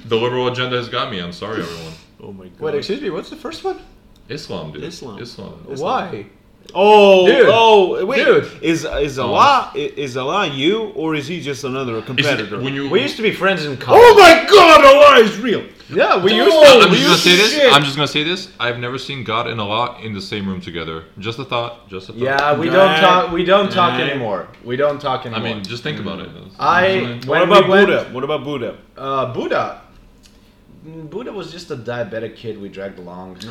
[SPEAKER 3] the liberal agenda has got me. I'm sorry, everyone.
[SPEAKER 1] Oh my god.
[SPEAKER 2] Wait, excuse me. What's the first one?
[SPEAKER 3] Islam, dude.
[SPEAKER 1] Islam.
[SPEAKER 3] Islam.
[SPEAKER 2] Why?
[SPEAKER 1] Oh,
[SPEAKER 2] Dude.
[SPEAKER 1] oh, wait.
[SPEAKER 2] Dude.
[SPEAKER 1] Is is Allah is Allah you or is he just another
[SPEAKER 3] Is it-
[SPEAKER 1] competitor?
[SPEAKER 3] when you
[SPEAKER 2] We used to be friends in college.
[SPEAKER 1] oh my God, Allah is real.
[SPEAKER 2] Yeah, we used
[SPEAKER 1] Oh,
[SPEAKER 2] to.
[SPEAKER 3] I'm
[SPEAKER 1] we used
[SPEAKER 3] just gonna say
[SPEAKER 1] to
[SPEAKER 3] this.
[SPEAKER 1] shit.
[SPEAKER 3] I'm just gonna say this. I've never seen God and Allah in the same room together. Just a thought. Just a thought.
[SPEAKER 2] Yeah, we don't
[SPEAKER 1] Right.
[SPEAKER 2] talk. We don't talk
[SPEAKER 1] Right.
[SPEAKER 2] anymore. We don't talk
[SPEAKER 3] I
[SPEAKER 2] anymore.
[SPEAKER 3] mean, just think about it.
[SPEAKER 2] I.
[SPEAKER 1] What
[SPEAKER 2] when
[SPEAKER 1] about
[SPEAKER 2] we went-
[SPEAKER 1] Buddha? what about Buddha?
[SPEAKER 2] Uh, Buddha. Mm, Buddha was just a diabetic kid we dragged along. He-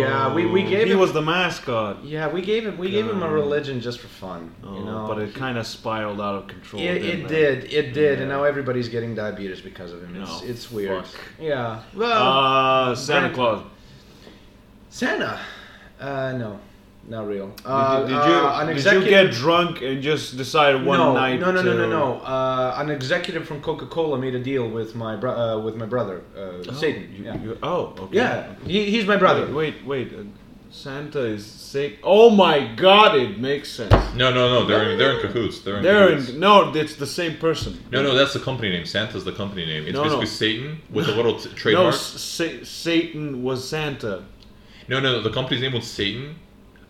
[SPEAKER 2] yeah, we, we gave
[SPEAKER 1] Oh. He
[SPEAKER 2] him.
[SPEAKER 1] was the mascot.
[SPEAKER 2] yeah, we gave him. We gave him a religion just for fun.
[SPEAKER 1] Oh,
[SPEAKER 2] you know,
[SPEAKER 1] but it kind of spiraled out of control.
[SPEAKER 2] It,
[SPEAKER 1] didn't
[SPEAKER 2] it did, it did, and now everybody's getting diabetes because of him. It's,
[SPEAKER 1] No,
[SPEAKER 2] it's weird.
[SPEAKER 1] fuck.
[SPEAKER 2] Yeah. Well,
[SPEAKER 1] Uh, Santa
[SPEAKER 2] Brand-
[SPEAKER 1] Claus.
[SPEAKER 2] Santa. Uh, no, not real. Uh,
[SPEAKER 1] Did, did you
[SPEAKER 2] uh, an
[SPEAKER 1] did you
[SPEAKER 2] executive,
[SPEAKER 1] get drunk and just decide one
[SPEAKER 2] no,
[SPEAKER 1] night?
[SPEAKER 2] No, no, no, no,
[SPEAKER 1] to-
[SPEAKER 2] no. Uh, an executive from Coca-Cola made a deal with my bro- uh, with my brother, uh, Satan.
[SPEAKER 1] Oh, You-
[SPEAKER 2] yeah,
[SPEAKER 1] you- oh, okay.
[SPEAKER 2] yeah. He, he's my brother.
[SPEAKER 1] Wait, wait, wait. Uh, Santa is sick. Oh my God! It makes sense.
[SPEAKER 3] No, no, no. They're in, they're in cahoots. They're in.
[SPEAKER 1] They're
[SPEAKER 3] cahoots.
[SPEAKER 1] in, no, it's the same person.
[SPEAKER 3] No, no, that's the company name. Santa's the company name. It's
[SPEAKER 1] No, no.
[SPEAKER 3] basically Satan with a little t-
[SPEAKER 1] No,
[SPEAKER 3] trademark.
[SPEAKER 1] S- Sa- Satan was Santa.
[SPEAKER 3] No, no, the company's name was Satan,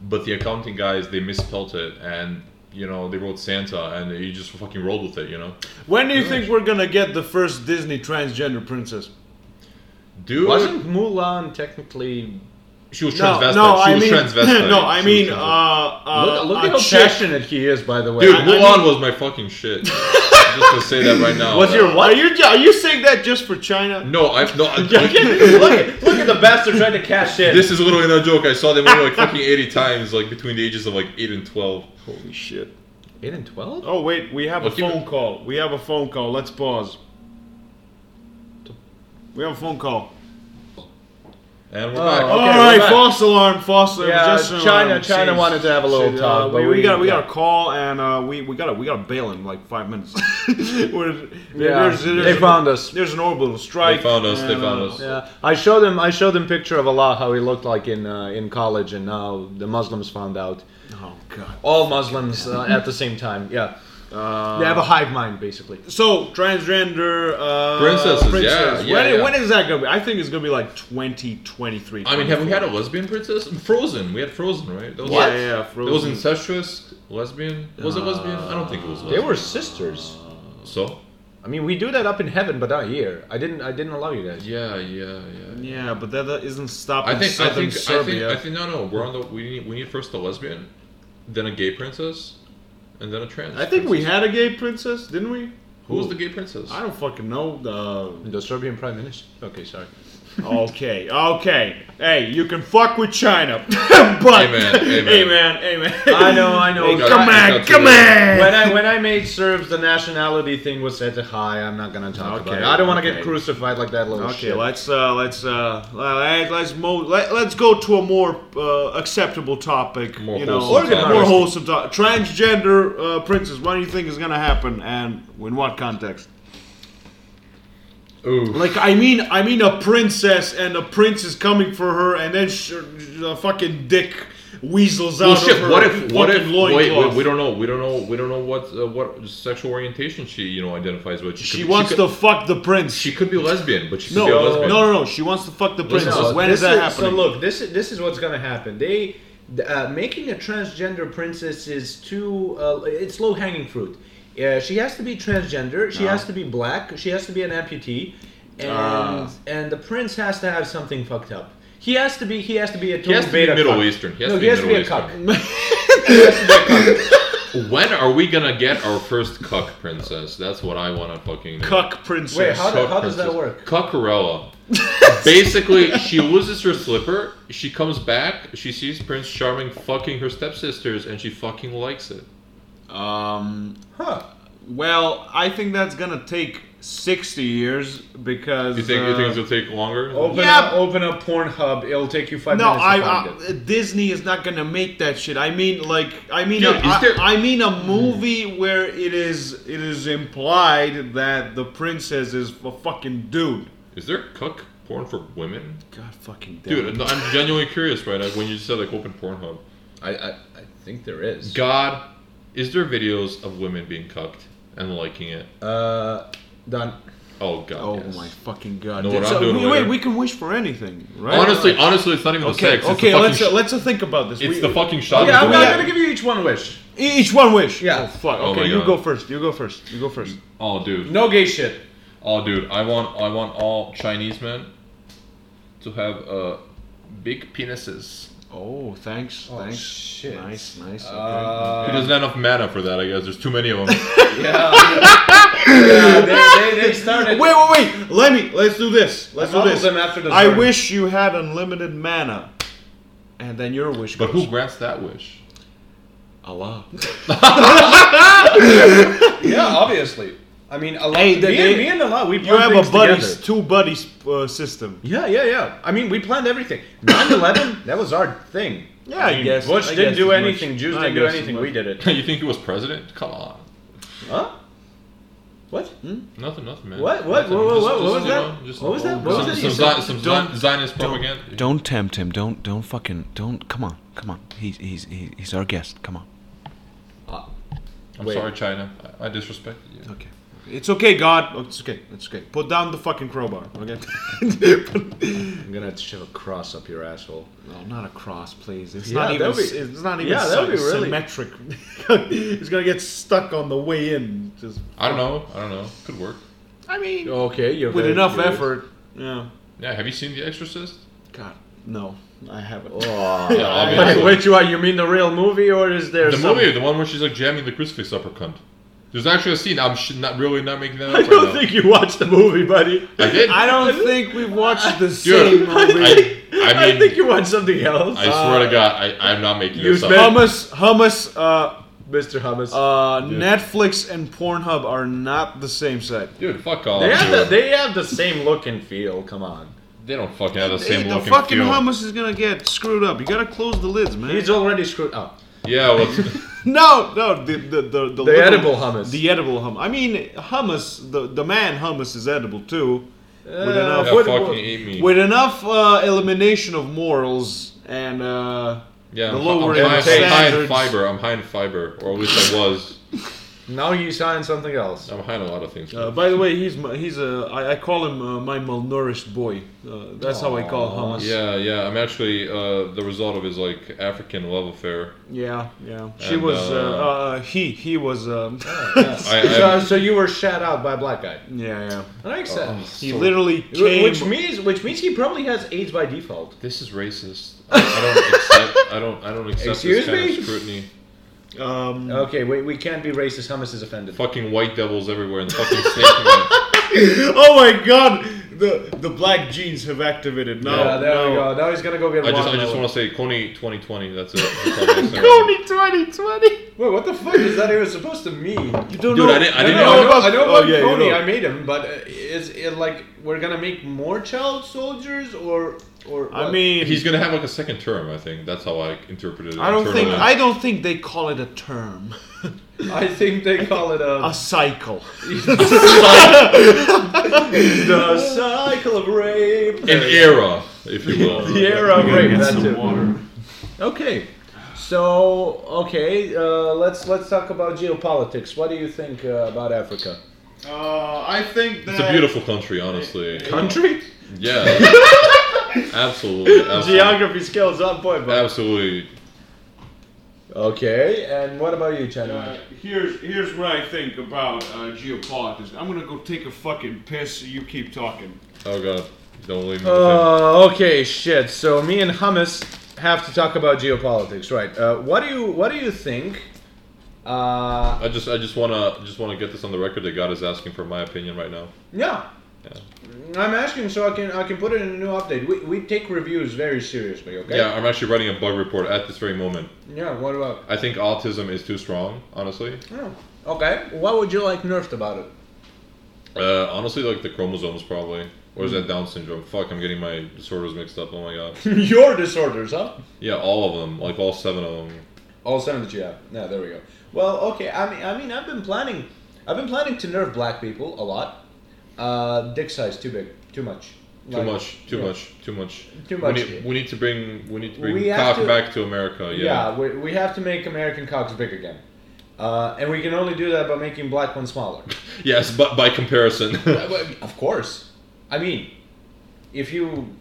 [SPEAKER 3] but the accounting guys they misspelled it, and you know they wrote Santa, and you just fucking rolled with it, you know.
[SPEAKER 1] When do you think we're gonna get the first Disney transgender princess?
[SPEAKER 3] Dude,
[SPEAKER 2] Wasn't Mulan technically?
[SPEAKER 3] she was
[SPEAKER 1] No,
[SPEAKER 3] transvested.
[SPEAKER 1] no,
[SPEAKER 3] she
[SPEAKER 1] I
[SPEAKER 3] was
[SPEAKER 1] mean,
[SPEAKER 3] transvested.
[SPEAKER 1] no, I
[SPEAKER 3] She was
[SPEAKER 1] mean, uh,
[SPEAKER 3] transvested.
[SPEAKER 1] uh,
[SPEAKER 2] Look, look
[SPEAKER 1] a
[SPEAKER 2] at how
[SPEAKER 1] chick.
[SPEAKER 2] passionate he is, by the way.
[SPEAKER 3] Dude,
[SPEAKER 1] I- I
[SPEAKER 3] Mulan
[SPEAKER 1] mean-
[SPEAKER 3] was my fucking shit. I'm just to say that right now.
[SPEAKER 2] Was your
[SPEAKER 1] Are
[SPEAKER 2] what?
[SPEAKER 1] you are you saying that just for China?
[SPEAKER 3] No, I've not.
[SPEAKER 2] look, at, look at the bastard trying to cash in.
[SPEAKER 3] this is literally no joke. I saw that movie like fucking 80 times, like between the ages of like 8 and 12.
[SPEAKER 1] Holy shit!
[SPEAKER 2] Eight and twelve.
[SPEAKER 1] Oh wait, we have a
[SPEAKER 3] Well, keep
[SPEAKER 1] phone
[SPEAKER 3] it-
[SPEAKER 1] call. We have a phone call. Let's pause. We have a phone call.
[SPEAKER 3] And we're
[SPEAKER 2] Oh.
[SPEAKER 3] back.
[SPEAKER 2] Okay,
[SPEAKER 1] All right,
[SPEAKER 2] we're back.
[SPEAKER 1] false alarm, false alarm.
[SPEAKER 2] Yeah,
[SPEAKER 1] just an
[SPEAKER 2] China.
[SPEAKER 1] alarm.
[SPEAKER 2] China
[SPEAKER 1] Jeez.
[SPEAKER 2] wanted to have a little
[SPEAKER 1] Shit, uh,
[SPEAKER 2] talk,
[SPEAKER 1] we,
[SPEAKER 2] but
[SPEAKER 1] we
[SPEAKER 2] we-
[SPEAKER 1] got we
[SPEAKER 2] yeah.
[SPEAKER 1] got a call, and uh, we we got to we got to bail in like five minutes. We're,
[SPEAKER 2] Yeah,
[SPEAKER 1] there's, there's,
[SPEAKER 2] they found us.
[SPEAKER 1] There's an orbital strike.
[SPEAKER 3] found us, they
[SPEAKER 1] and,
[SPEAKER 3] found
[SPEAKER 1] uh,
[SPEAKER 3] us.
[SPEAKER 2] Yeah, I showed him. I showed him picture of Allah how he looked like in uh, in college, and now the Muslims found out.
[SPEAKER 1] Oh god.
[SPEAKER 2] All Muslims uh, at the same time. Yeah,
[SPEAKER 1] Uh,
[SPEAKER 2] they have a hive mind basically.
[SPEAKER 1] So transgender uh,
[SPEAKER 3] Princesses, yeah, yeah,
[SPEAKER 1] when,
[SPEAKER 3] yeah.
[SPEAKER 1] when is that gonna be? I think it's gonna be like 2023.
[SPEAKER 3] I mean, have we had a lesbian princess? Frozen. We had Frozen, right? That was,
[SPEAKER 1] Yeah,
[SPEAKER 2] What?
[SPEAKER 1] yeah, yeah,
[SPEAKER 3] It was
[SPEAKER 1] Frozen.
[SPEAKER 3] incestuous, lesbian. Was it
[SPEAKER 1] Uh,
[SPEAKER 3] lesbian? I don't think it was
[SPEAKER 2] They
[SPEAKER 3] lesbian.
[SPEAKER 2] were sisters.
[SPEAKER 3] So?
[SPEAKER 2] I mean, we do that up in heaven, but not here. I didn't. I didn't allow you that.
[SPEAKER 3] Yeah, yeah, yeah.
[SPEAKER 1] yeah, but that that isn't stopping
[SPEAKER 3] I think, I
[SPEAKER 1] southern
[SPEAKER 3] think, I think,
[SPEAKER 1] Serbia.
[SPEAKER 3] I think, no, no. We're on the, we need, we need first a lesbian, then a gay princess, and then a trans.
[SPEAKER 1] I think we
[SPEAKER 3] princess.
[SPEAKER 1] had a gay princess, didn't we?
[SPEAKER 3] Who was the gay princess?
[SPEAKER 1] I don't fucking know. Uh,
[SPEAKER 2] The Serbian prime minister. Okay, sorry.
[SPEAKER 1] Okay, okay. Hey, you can fuck with China, but
[SPEAKER 3] Amen, amen.
[SPEAKER 1] hey man, hey man.
[SPEAKER 2] I know, I know.
[SPEAKER 1] Hey,
[SPEAKER 3] Got-
[SPEAKER 1] come
[SPEAKER 3] got
[SPEAKER 1] on,
[SPEAKER 3] to
[SPEAKER 1] come
[SPEAKER 3] the-
[SPEAKER 2] When
[SPEAKER 1] on.
[SPEAKER 2] I when I made Serbs, the nationality thing was set to high. I'm not gonna talk
[SPEAKER 1] Okay,
[SPEAKER 2] about it. I don't want to
[SPEAKER 1] okay.
[SPEAKER 2] get crucified like that little
[SPEAKER 1] Okay,
[SPEAKER 2] shit.
[SPEAKER 1] let's uh, let's uh, let, let's mo- let, let's go to a more uh, acceptable topic.
[SPEAKER 3] More
[SPEAKER 1] you know,
[SPEAKER 3] wholesome
[SPEAKER 2] topic.
[SPEAKER 1] more wholesome topic. Transgender uh, princess. What do you think is gonna happen, and in what context?
[SPEAKER 3] Ooh.
[SPEAKER 1] Like, I mean, I mean, a princess and a prince is coming for her, and then sh- a fucking dick weasels
[SPEAKER 3] Well,
[SPEAKER 1] out of
[SPEAKER 3] Oh, shit.
[SPEAKER 1] her.
[SPEAKER 3] What if? What if?
[SPEAKER 1] fucking loincloth.
[SPEAKER 3] Wait, wait, we don't know. We don't know. We don't know what uh, what sexual orientation she you know identifies with.
[SPEAKER 1] She
[SPEAKER 3] could,
[SPEAKER 1] wants
[SPEAKER 3] she
[SPEAKER 1] to
[SPEAKER 3] could,
[SPEAKER 1] fuck the prince.
[SPEAKER 3] She could be lesbian, but she could
[SPEAKER 1] no,
[SPEAKER 3] be a
[SPEAKER 1] no,
[SPEAKER 3] lesbian.
[SPEAKER 1] no, no. She wants to fuck the princess.
[SPEAKER 3] no,
[SPEAKER 1] when
[SPEAKER 2] this
[SPEAKER 1] is that happening?
[SPEAKER 2] So look, this is this is what's gonna happen. They uh, making a transgender princess is too. Uh, it's low hanging fruit. Uh, she has to be transgender.
[SPEAKER 3] Uh-huh.
[SPEAKER 2] She has to be black. She has to be an amputee, and
[SPEAKER 3] Uh.
[SPEAKER 1] Ah.
[SPEAKER 2] and the prince has to have something fucked up. He has to be. He has to be a.
[SPEAKER 3] He has to be
[SPEAKER 2] beta
[SPEAKER 3] Middle
[SPEAKER 2] cuck.
[SPEAKER 3] Eastern. He has
[SPEAKER 2] no,
[SPEAKER 3] to be
[SPEAKER 2] he has to be
[SPEAKER 3] Middle
[SPEAKER 2] a cuck.
[SPEAKER 3] Eastern. When are we gonna get our first cuck princess? That's what I want to fucking. know.
[SPEAKER 1] Cuck princess.
[SPEAKER 2] Wait, how do-
[SPEAKER 3] Cuck
[SPEAKER 2] does that
[SPEAKER 3] princess.
[SPEAKER 2] work?
[SPEAKER 3] Cuckarella. Basically, she loses her slipper. She comes back. She sees Prince Charming fucking her stepsisters, and she fucking likes it.
[SPEAKER 1] um.
[SPEAKER 2] Huh.
[SPEAKER 1] Well, I think that's gonna take sixty years because
[SPEAKER 3] You think you think it's
[SPEAKER 1] uh,
[SPEAKER 3] gonna take longer?
[SPEAKER 2] Open
[SPEAKER 1] Yeah.
[SPEAKER 2] up. Open up Pornhub. It'll take you five
[SPEAKER 1] no,
[SPEAKER 2] minutes.
[SPEAKER 1] I, uh,
[SPEAKER 2] to find
[SPEAKER 1] I Disney is not gonna make that shit. I mean, like, I mean,
[SPEAKER 3] Dude,
[SPEAKER 1] a-
[SPEAKER 3] is
[SPEAKER 1] I,
[SPEAKER 3] there-
[SPEAKER 1] I mean, a movie where it is it is implied that the princess is a fucking dude.
[SPEAKER 3] Is there cuck porn for women?
[SPEAKER 1] God fucking damn.
[SPEAKER 3] Dude, I'm- I'm genuinely curious right now when you said like open Pornhub.
[SPEAKER 2] I, I I think there is.
[SPEAKER 3] God, is there videos of women being cucked and liking it?
[SPEAKER 2] Uh, done.
[SPEAKER 3] Oh god.
[SPEAKER 1] Oh
[SPEAKER 3] yes.
[SPEAKER 1] my fucking god!
[SPEAKER 3] Know what
[SPEAKER 1] So
[SPEAKER 3] I'm doing
[SPEAKER 1] we-
[SPEAKER 3] later?
[SPEAKER 1] wait, we can wish for anything, right?
[SPEAKER 3] Honestly, honestly, it's not even the
[SPEAKER 1] okay,
[SPEAKER 3] sex.
[SPEAKER 1] okay. Let's
[SPEAKER 3] It's the
[SPEAKER 1] uh,
[SPEAKER 3] fucking, sh-
[SPEAKER 1] let's uh, think about this.
[SPEAKER 3] it's
[SPEAKER 1] We- e-,
[SPEAKER 3] the fucking shot.
[SPEAKER 2] Yeah,
[SPEAKER 3] of
[SPEAKER 2] I'm,
[SPEAKER 3] the
[SPEAKER 2] not
[SPEAKER 3] day.
[SPEAKER 2] gonna give you each one wish.
[SPEAKER 1] each one wish.
[SPEAKER 2] Yeah.
[SPEAKER 1] Oh, fuck.
[SPEAKER 3] Oh
[SPEAKER 1] Okay,
[SPEAKER 3] my
[SPEAKER 1] you
[SPEAKER 3] God.
[SPEAKER 1] go first. You go first. You go first.
[SPEAKER 3] Oh dude.
[SPEAKER 2] No gay shit.
[SPEAKER 3] Oh dude. I want I want all Chinese men to have uh big penises.
[SPEAKER 1] Oh, thanks.
[SPEAKER 2] Oh,
[SPEAKER 1] thanks.
[SPEAKER 2] shit.
[SPEAKER 1] Nice, nice. Okay.
[SPEAKER 3] He
[SPEAKER 2] Uh,
[SPEAKER 3] doesn't have enough mana for that, I guess. There's too many of them.
[SPEAKER 2] yeah. yeah they, they, they started.
[SPEAKER 1] Wait, wait, wait. Let me. Let's do this. Let's do
[SPEAKER 2] Follow
[SPEAKER 1] this.
[SPEAKER 2] them after the
[SPEAKER 1] I
[SPEAKER 2] Zerg.
[SPEAKER 1] wish you had unlimited mana, and then your wish
[SPEAKER 3] but
[SPEAKER 1] goes.
[SPEAKER 3] who grants that wish?
[SPEAKER 1] Allah.
[SPEAKER 2] Yeah, obviously. I mean, a lot.
[SPEAKER 1] Hey, they-
[SPEAKER 2] me,
[SPEAKER 1] they-
[SPEAKER 2] and, me and a lot. We
[SPEAKER 1] You
[SPEAKER 2] plan
[SPEAKER 1] have
[SPEAKER 2] things
[SPEAKER 1] a buddies,
[SPEAKER 2] together.
[SPEAKER 1] two buddies uh, system.
[SPEAKER 2] Yeah, yeah, yeah. I mean, we planned everything. 9/11, that was our thing.
[SPEAKER 1] Yeah, I
[SPEAKER 2] mean,
[SPEAKER 1] guess-
[SPEAKER 2] Bush
[SPEAKER 1] I
[SPEAKER 2] didn't
[SPEAKER 1] guess
[SPEAKER 2] do
[SPEAKER 1] as much.
[SPEAKER 2] anything. Jews
[SPEAKER 1] I
[SPEAKER 2] didn't do
[SPEAKER 1] guess as
[SPEAKER 2] anything.
[SPEAKER 1] much. Hmm.
[SPEAKER 2] We did it.
[SPEAKER 3] you think he was president? Come on.
[SPEAKER 2] Huh? What?
[SPEAKER 3] Nothing, nothing, man.
[SPEAKER 2] What? What?
[SPEAKER 3] Nothing.
[SPEAKER 2] What- what-
[SPEAKER 3] Just-
[SPEAKER 2] what
[SPEAKER 3] just,
[SPEAKER 2] was
[SPEAKER 3] you
[SPEAKER 2] that?
[SPEAKER 3] know, just-
[SPEAKER 2] What was that? What was
[SPEAKER 3] some-
[SPEAKER 2] that you
[SPEAKER 3] Some,
[SPEAKER 2] said?
[SPEAKER 3] Zi- some Zi-
[SPEAKER 1] Don't-
[SPEAKER 3] Zionist
[SPEAKER 1] Don't-
[SPEAKER 3] propaganda.
[SPEAKER 1] Don't, tempt him. Don't don't fucking don't. Come on, come on. He's he's he- he's our guest. Come on.
[SPEAKER 3] I'm
[SPEAKER 2] Wait.
[SPEAKER 3] sorry, China. I- I disrespected you.
[SPEAKER 1] Okay. It's okay, God. Oh, It's okay. It's okay. Put down the fucking crowbar. Okay. no,
[SPEAKER 2] I'm gonna have to shove a cross up your asshole.
[SPEAKER 1] not a cross, please. It's
[SPEAKER 2] Yeah,
[SPEAKER 1] not even.
[SPEAKER 2] that'd be-
[SPEAKER 1] s- it's not even.
[SPEAKER 2] yeah, that'd be
[SPEAKER 1] sy-
[SPEAKER 2] really-
[SPEAKER 1] symmetric. it's gonna get stuck on the way in. Just.
[SPEAKER 3] I don't know. I don't know. Could work.
[SPEAKER 1] I mean,
[SPEAKER 2] Okay, you're
[SPEAKER 1] with
[SPEAKER 2] very
[SPEAKER 1] enough
[SPEAKER 2] curious.
[SPEAKER 1] effort. Yeah.
[SPEAKER 3] Yeah. Have you seen The Exorcist?
[SPEAKER 1] God, no, I haven't.
[SPEAKER 2] Oh,
[SPEAKER 3] Yeah,
[SPEAKER 2] Wait,
[SPEAKER 3] obviously.
[SPEAKER 2] which one? You mean the real movie, or is there
[SPEAKER 3] the
[SPEAKER 2] some?
[SPEAKER 3] movie, the one where she's like jamming the crucifix up her cunt. There's actually a scene. I'm sh- not really not making that up.
[SPEAKER 2] I
[SPEAKER 3] right
[SPEAKER 2] don't
[SPEAKER 3] now.
[SPEAKER 2] think you watched the movie, buddy.
[SPEAKER 3] I did.
[SPEAKER 1] I
[SPEAKER 3] I,
[SPEAKER 1] don't think we've watched the same
[SPEAKER 3] Dude,
[SPEAKER 1] movie.
[SPEAKER 3] I- I mean-
[SPEAKER 2] think you watched something else.
[SPEAKER 3] swear to God, I, I'm not making
[SPEAKER 2] you
[SPEAKER 3] this
[SPEAKER 2] spent-
[SPEAKER 3] up.
[SPEAKER 1] hummus, hummus. Uh,
[SPEAKER 2] Mr. Hummus.
[SPEAKER 1] Uh, Netflix and Pornhub are not the same site.
[SPEAKER 3] Dude, fuck off.
[SPEAKER 2] they have the
[SPEAKER 3] dude.
[SPEAKER 2] they have the same look and feel. Come on,
[SPEAKER 3] They don't fucking have the
[SPEAKER 1] Hey,
[SPEAKER 3] same
[SPEAKER 1] the
[SPEAKER 3] look and
[SPEAKER 1] fucking
[SPEAKER 3] feel.
[SPEAKER 1] hummus is gonna get screwed up. You gotta close the lids, man.
[SPEAKER 2] he's already screwed up.
[SPEAKER 3] Yeah, well,
[SPEAKER 1] no, no, the the the, the, little-
[SPEAKER 2] edible hummus.
[SPEAKER 1] The edible hummus. I mean, hummus. The the man hummus is edible too. with
[SPEAKER 2] Uh,
[SPEAKER 1] enough
[SPEAKER 3] yeah,
[SPEAKER 2] What-
[SPEAKER 3] fucking
[SPEAKER 2] what-
[SPEAKER 3] eat me.
[SPEAKER 1] with enough uh, elimination of morals and uh,
[SPEAKER 3] yeah,
[SPEAKER 1] the
[SPEAKER 3] I'm,
[SPEAKER 1] lower
[SPEAKER 3] I'm, high,
[SPEAKER 1] end
[SPEAKER 3] I'm high in
[SPEAKER 1] standards.
[SPEAKER 3] fiber. I'm high in fiber, or at least I was.
[SPEAKER 2] Now you sign something else.
[SPEAKER 3] I'm high in a lot of things.
[SPEAKER 1] Uh, by the way, he's my, he's a I, I call him uh, my malnourished boy. Uh, that's how I call
[SPEAKER 2] Aw.
[SPEAKER 1] hummus.
[SPEAKER 3] yeah, yeah. I'm actually uh, the result of his like African love affair.
[SPEAKER 1] yeah, yeah. She
[SPEAKER 3] And,
[SPEAKER 1] was uh,
[SPEAKER 3] uh,
[SPEAKER 1] uh, he he was um,
[SPEAKER 3] I,
[SPEAKER 2] So,
[SPEAKER 3] I, Oh,
[SPEAKER 2] so you were shut out by a black guy.
[SPEAKER 1] yeah yeah.
[SPEAKER 2] That makes sense.
[SPEAKER 1] He literally came.
[SPEAKER 2] Which means which means he probably has AIDS by default.
[SPEAKER 3] this is racist. I, I don't accept. I don't. I don't accept
[SPEAKER 2] Excuse
[SPEAKER 3] this kind
[SPEAKER 2] me?
[SPEAKER 3] of scrutiny.
[SPEAKER 1] um,
[SPEAKER 2] Okay, wait, we can't be racist. Hummus is offended.
[SPEAKER 3] Fucking white devils everywhere, and the fucking snake man.
[SPEAKER 1] oh my god, the the black genes have activated. No,
[SPEAKER 2] yeah, there
[SPEAKER 1] no.
[SPEAKER 2] we go. Now he's gonna go get
[SPEAKER 3] Oh, I
[SPEAKER 2] a
[SPEAKER 3] just, I just
[SPEAKER 2] watermelon.
[SPEAKER 3] want to say Coney 2020. That's it. That's all I'm saying.
[SPEAKER 1] Coney 2020.
[SPEAKER 2] Wait, what the fuck is that even supposed to mean?
[SPEAKER 1] You don't
[SPEAKER 3] Dude,
[SPEAKER 1] know.
[SPEAKER 3] I didn't- I
[SPEAKER 1] you
[SPEAKER 2] I
[SPEAKER 3] didn't
[SPEAKER 1] don't
[SPEAKER 3] know
[SPEAKER 2] know
[SPEAKER 3] know.
[SPEAKER 2] about, I know
[SPEAKER 1] oh,
[SPEAKER 2] about
[SPEAKER 1] yeah, you
[SPEAKER 2] Coney.
[SPEAKER 1] know.
[SPEAKER 2] I made him, but uh, is it like we're gonna make more child soldiers or or?
[SPEAKER 1] I
[SPEAKER 2] what?
[SPEAKER 1] mean,
[SPEAKER 3] He's gonna have like a second term. I think that's how I interpreted it.
[SPEAKER 1] I don't think
[SPEAKER 3] internally.
[SPEAKER 1] I don't think they call it a term.
[SPEAKER 2] I think they call it
[SPEAKER 1] a
[SPEAKER 2] a
[SPEAKER 1] cycle.
[SPEAKER 2] the cycle of rape.
[SPEAKER 3] an era, if you will.
[SPEAKER 2] The era of rape. That's it.
[SPEAKER 1] water.
[SPEAKER 2] Okay. So okay, uh, let's let's talk about geopolitics. What do you think uh, about Africa?
[SPEAKER 1] Uh, I think that
[SPEAKER 3] It's a beautiful country, honestly.
[SPEAKER 2] Country?
[SPEAKER 3] Yeah. absolutely. Absolutely.
[SPEAKER 2] Geography skills on point,
[SPEAKER 3] Uh,
[SPEAKER 2] bud.
[SPEAKER 3] absolutely.
[SPEAKER 2] Okay, and what about you, Chandler?
[SPEAKER 1] Uh, here's here's what I think about uh, geopolitics. I'm gonna go take a fucking piss. You keep talking.
[SPEAKER 3] Oh god. Don't leave me. with him.
[SPEAKER 2] Uh, okay, shit. So me and Hummus have to talk about geopolitics, right? Uh, what do you what do you think? Uh,
[SPEAKER 3] I just I just wanna just wanna get this on the record that God is asking for my opinion right now.
[SPEAKER 2] yeah.
[SPEAKER 3] Yeah.
[SPEAKER 2] I'm asking so I can I can put it in a new update. We, we take reviews very seriously, okay?
[SPEAKER 3] Yeah, I'm actually writing a bug report at this very moment.
[SPEAKER 2] Yeah. What about?
[SPEAKER 3] I think autism is too strong, honestly.
[SPEAKER 2] Oh, okay. What would you like nerfed about it?
[SPEAKER 3] Uh, honestly, like the chromosomes probably. Or is that Down syndrome? Fuck, I'm getting my disorders mixed up. Oh my god.
[SPEAKER 2] Your disorders, huh?
[SPEAKER 3] Yeah, all of them. Like all seven of them.
[SPEAKER 2] All seven that you have. Yeah, there we go. Well, okay. I mean, I mean, I've been planning, I've been planning to nerf black people a lot. Uh, dick size too big, too much.
[SPEAKER 3] Too
[SPEAKER 2] Like-
[SPEAKER 3] much, too
[SPEAKER 2] yeah.
[SPEAKER 3] much, too much.
[SPEAKER 2] Too
[SPEAKER 3] We
[SPEAKER 2] much.
[SPEAKER 3] need, we need to bring we need to bring
[SPEAKER 2] We have
[SPEAKER 3] cock
[SPEAKER 2] to-
[SPEAKER 3] back to America.
[SPEAKER 2] Yeah,
[SPEAKER 3] Yeah.
[SPEAKER 2] we, we have to make American cocks big again. Uh, and we can only do that by making black ones smaller.
[SPEAKER 3] Yes, but by comparison.
[SPEAKER 2] Uh, well, of course. I mean, if you,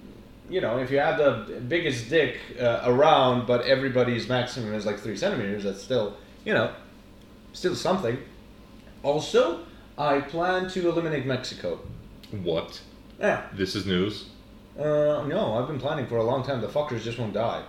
[SPEAKER 2] you know, if you have the biggest dick uh, around, but everybody's maximum is like three centimeters, that's still, you know, still something. Also, I plan to eliminate Mexico.
[SPEAKER 3] what?
[SPEAKER 2] Yeah.
[SPEAKER 3] This is news.
[SPEAKER 2] Uh, no, I've been planning for a long time. The fuckers just won't die.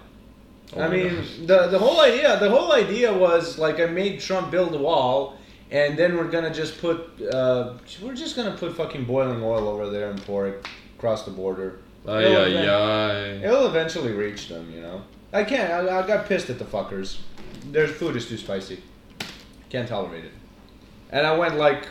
[SPEAKER 3] Oh
[SPEAKER 2] I
[SPEAKER 3] my
[SPEAKER 2] mean,
[SPEAKER 3] gosh.
[SPEAKER 2] the the whole idea, the whole idea was like I made Trump build a wall, and then we're gonna just put, uh, we're just gonna put fucking boiling oil over there and pour it across the border.
[SPEAKER 3] Ay,
[SPEAKER 2] It'll
[SPEAKER 3] ay,
[SPEAKER 2] even-
[SPEAKER 3] ay.
[SPEAKER 2] It'll eventually reach them, you know. I can't. I, I got pissed at the fuckers. Their food is too spicy. Can't tolerate it. And I went like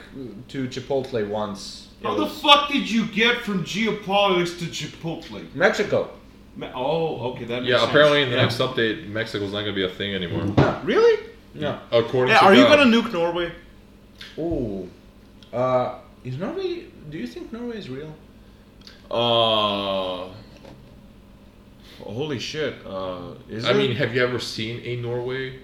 [SPEAKER 2] to Chipotle once. It
[SPEAKER 1] How the
[SPEAKER 2] was-
[SPEAKER 1] fuck did you get from geopolitics to Chipotle?
[SPEAKER 2] Mexico.
[SPEAKER 1] Ma- Oh, okay, that makes
[SPEAKER 3] Yeah,
[SPEAKER 1] sense.
[SPEAKER 3] apparently in the
[SPEAKER 1] Yeah.
[SPEAKER 3] next update, Mexico's not going to be a thing anymore.
[SPEAKER 1] Really?
[SPEAKER 2] No.
[SPEAKER 3] According
[SPEAKER 1] Yeah,
[SPEAKER 3] to
[SPEAKER 1] are you
[SPEAKER 3] God.
[SPEAKER 1] gonna nuke Norway?
[SPEAKER 2] Ooh. Uh, is Norway? Do you think Norway is real?
[SPEAKER 1] Uh, holy shit. Uh, is
[SPEAKER 3] I
[SPEAKER 1] it?
[SPEAKER 3] mean, have you ever seen a Norway?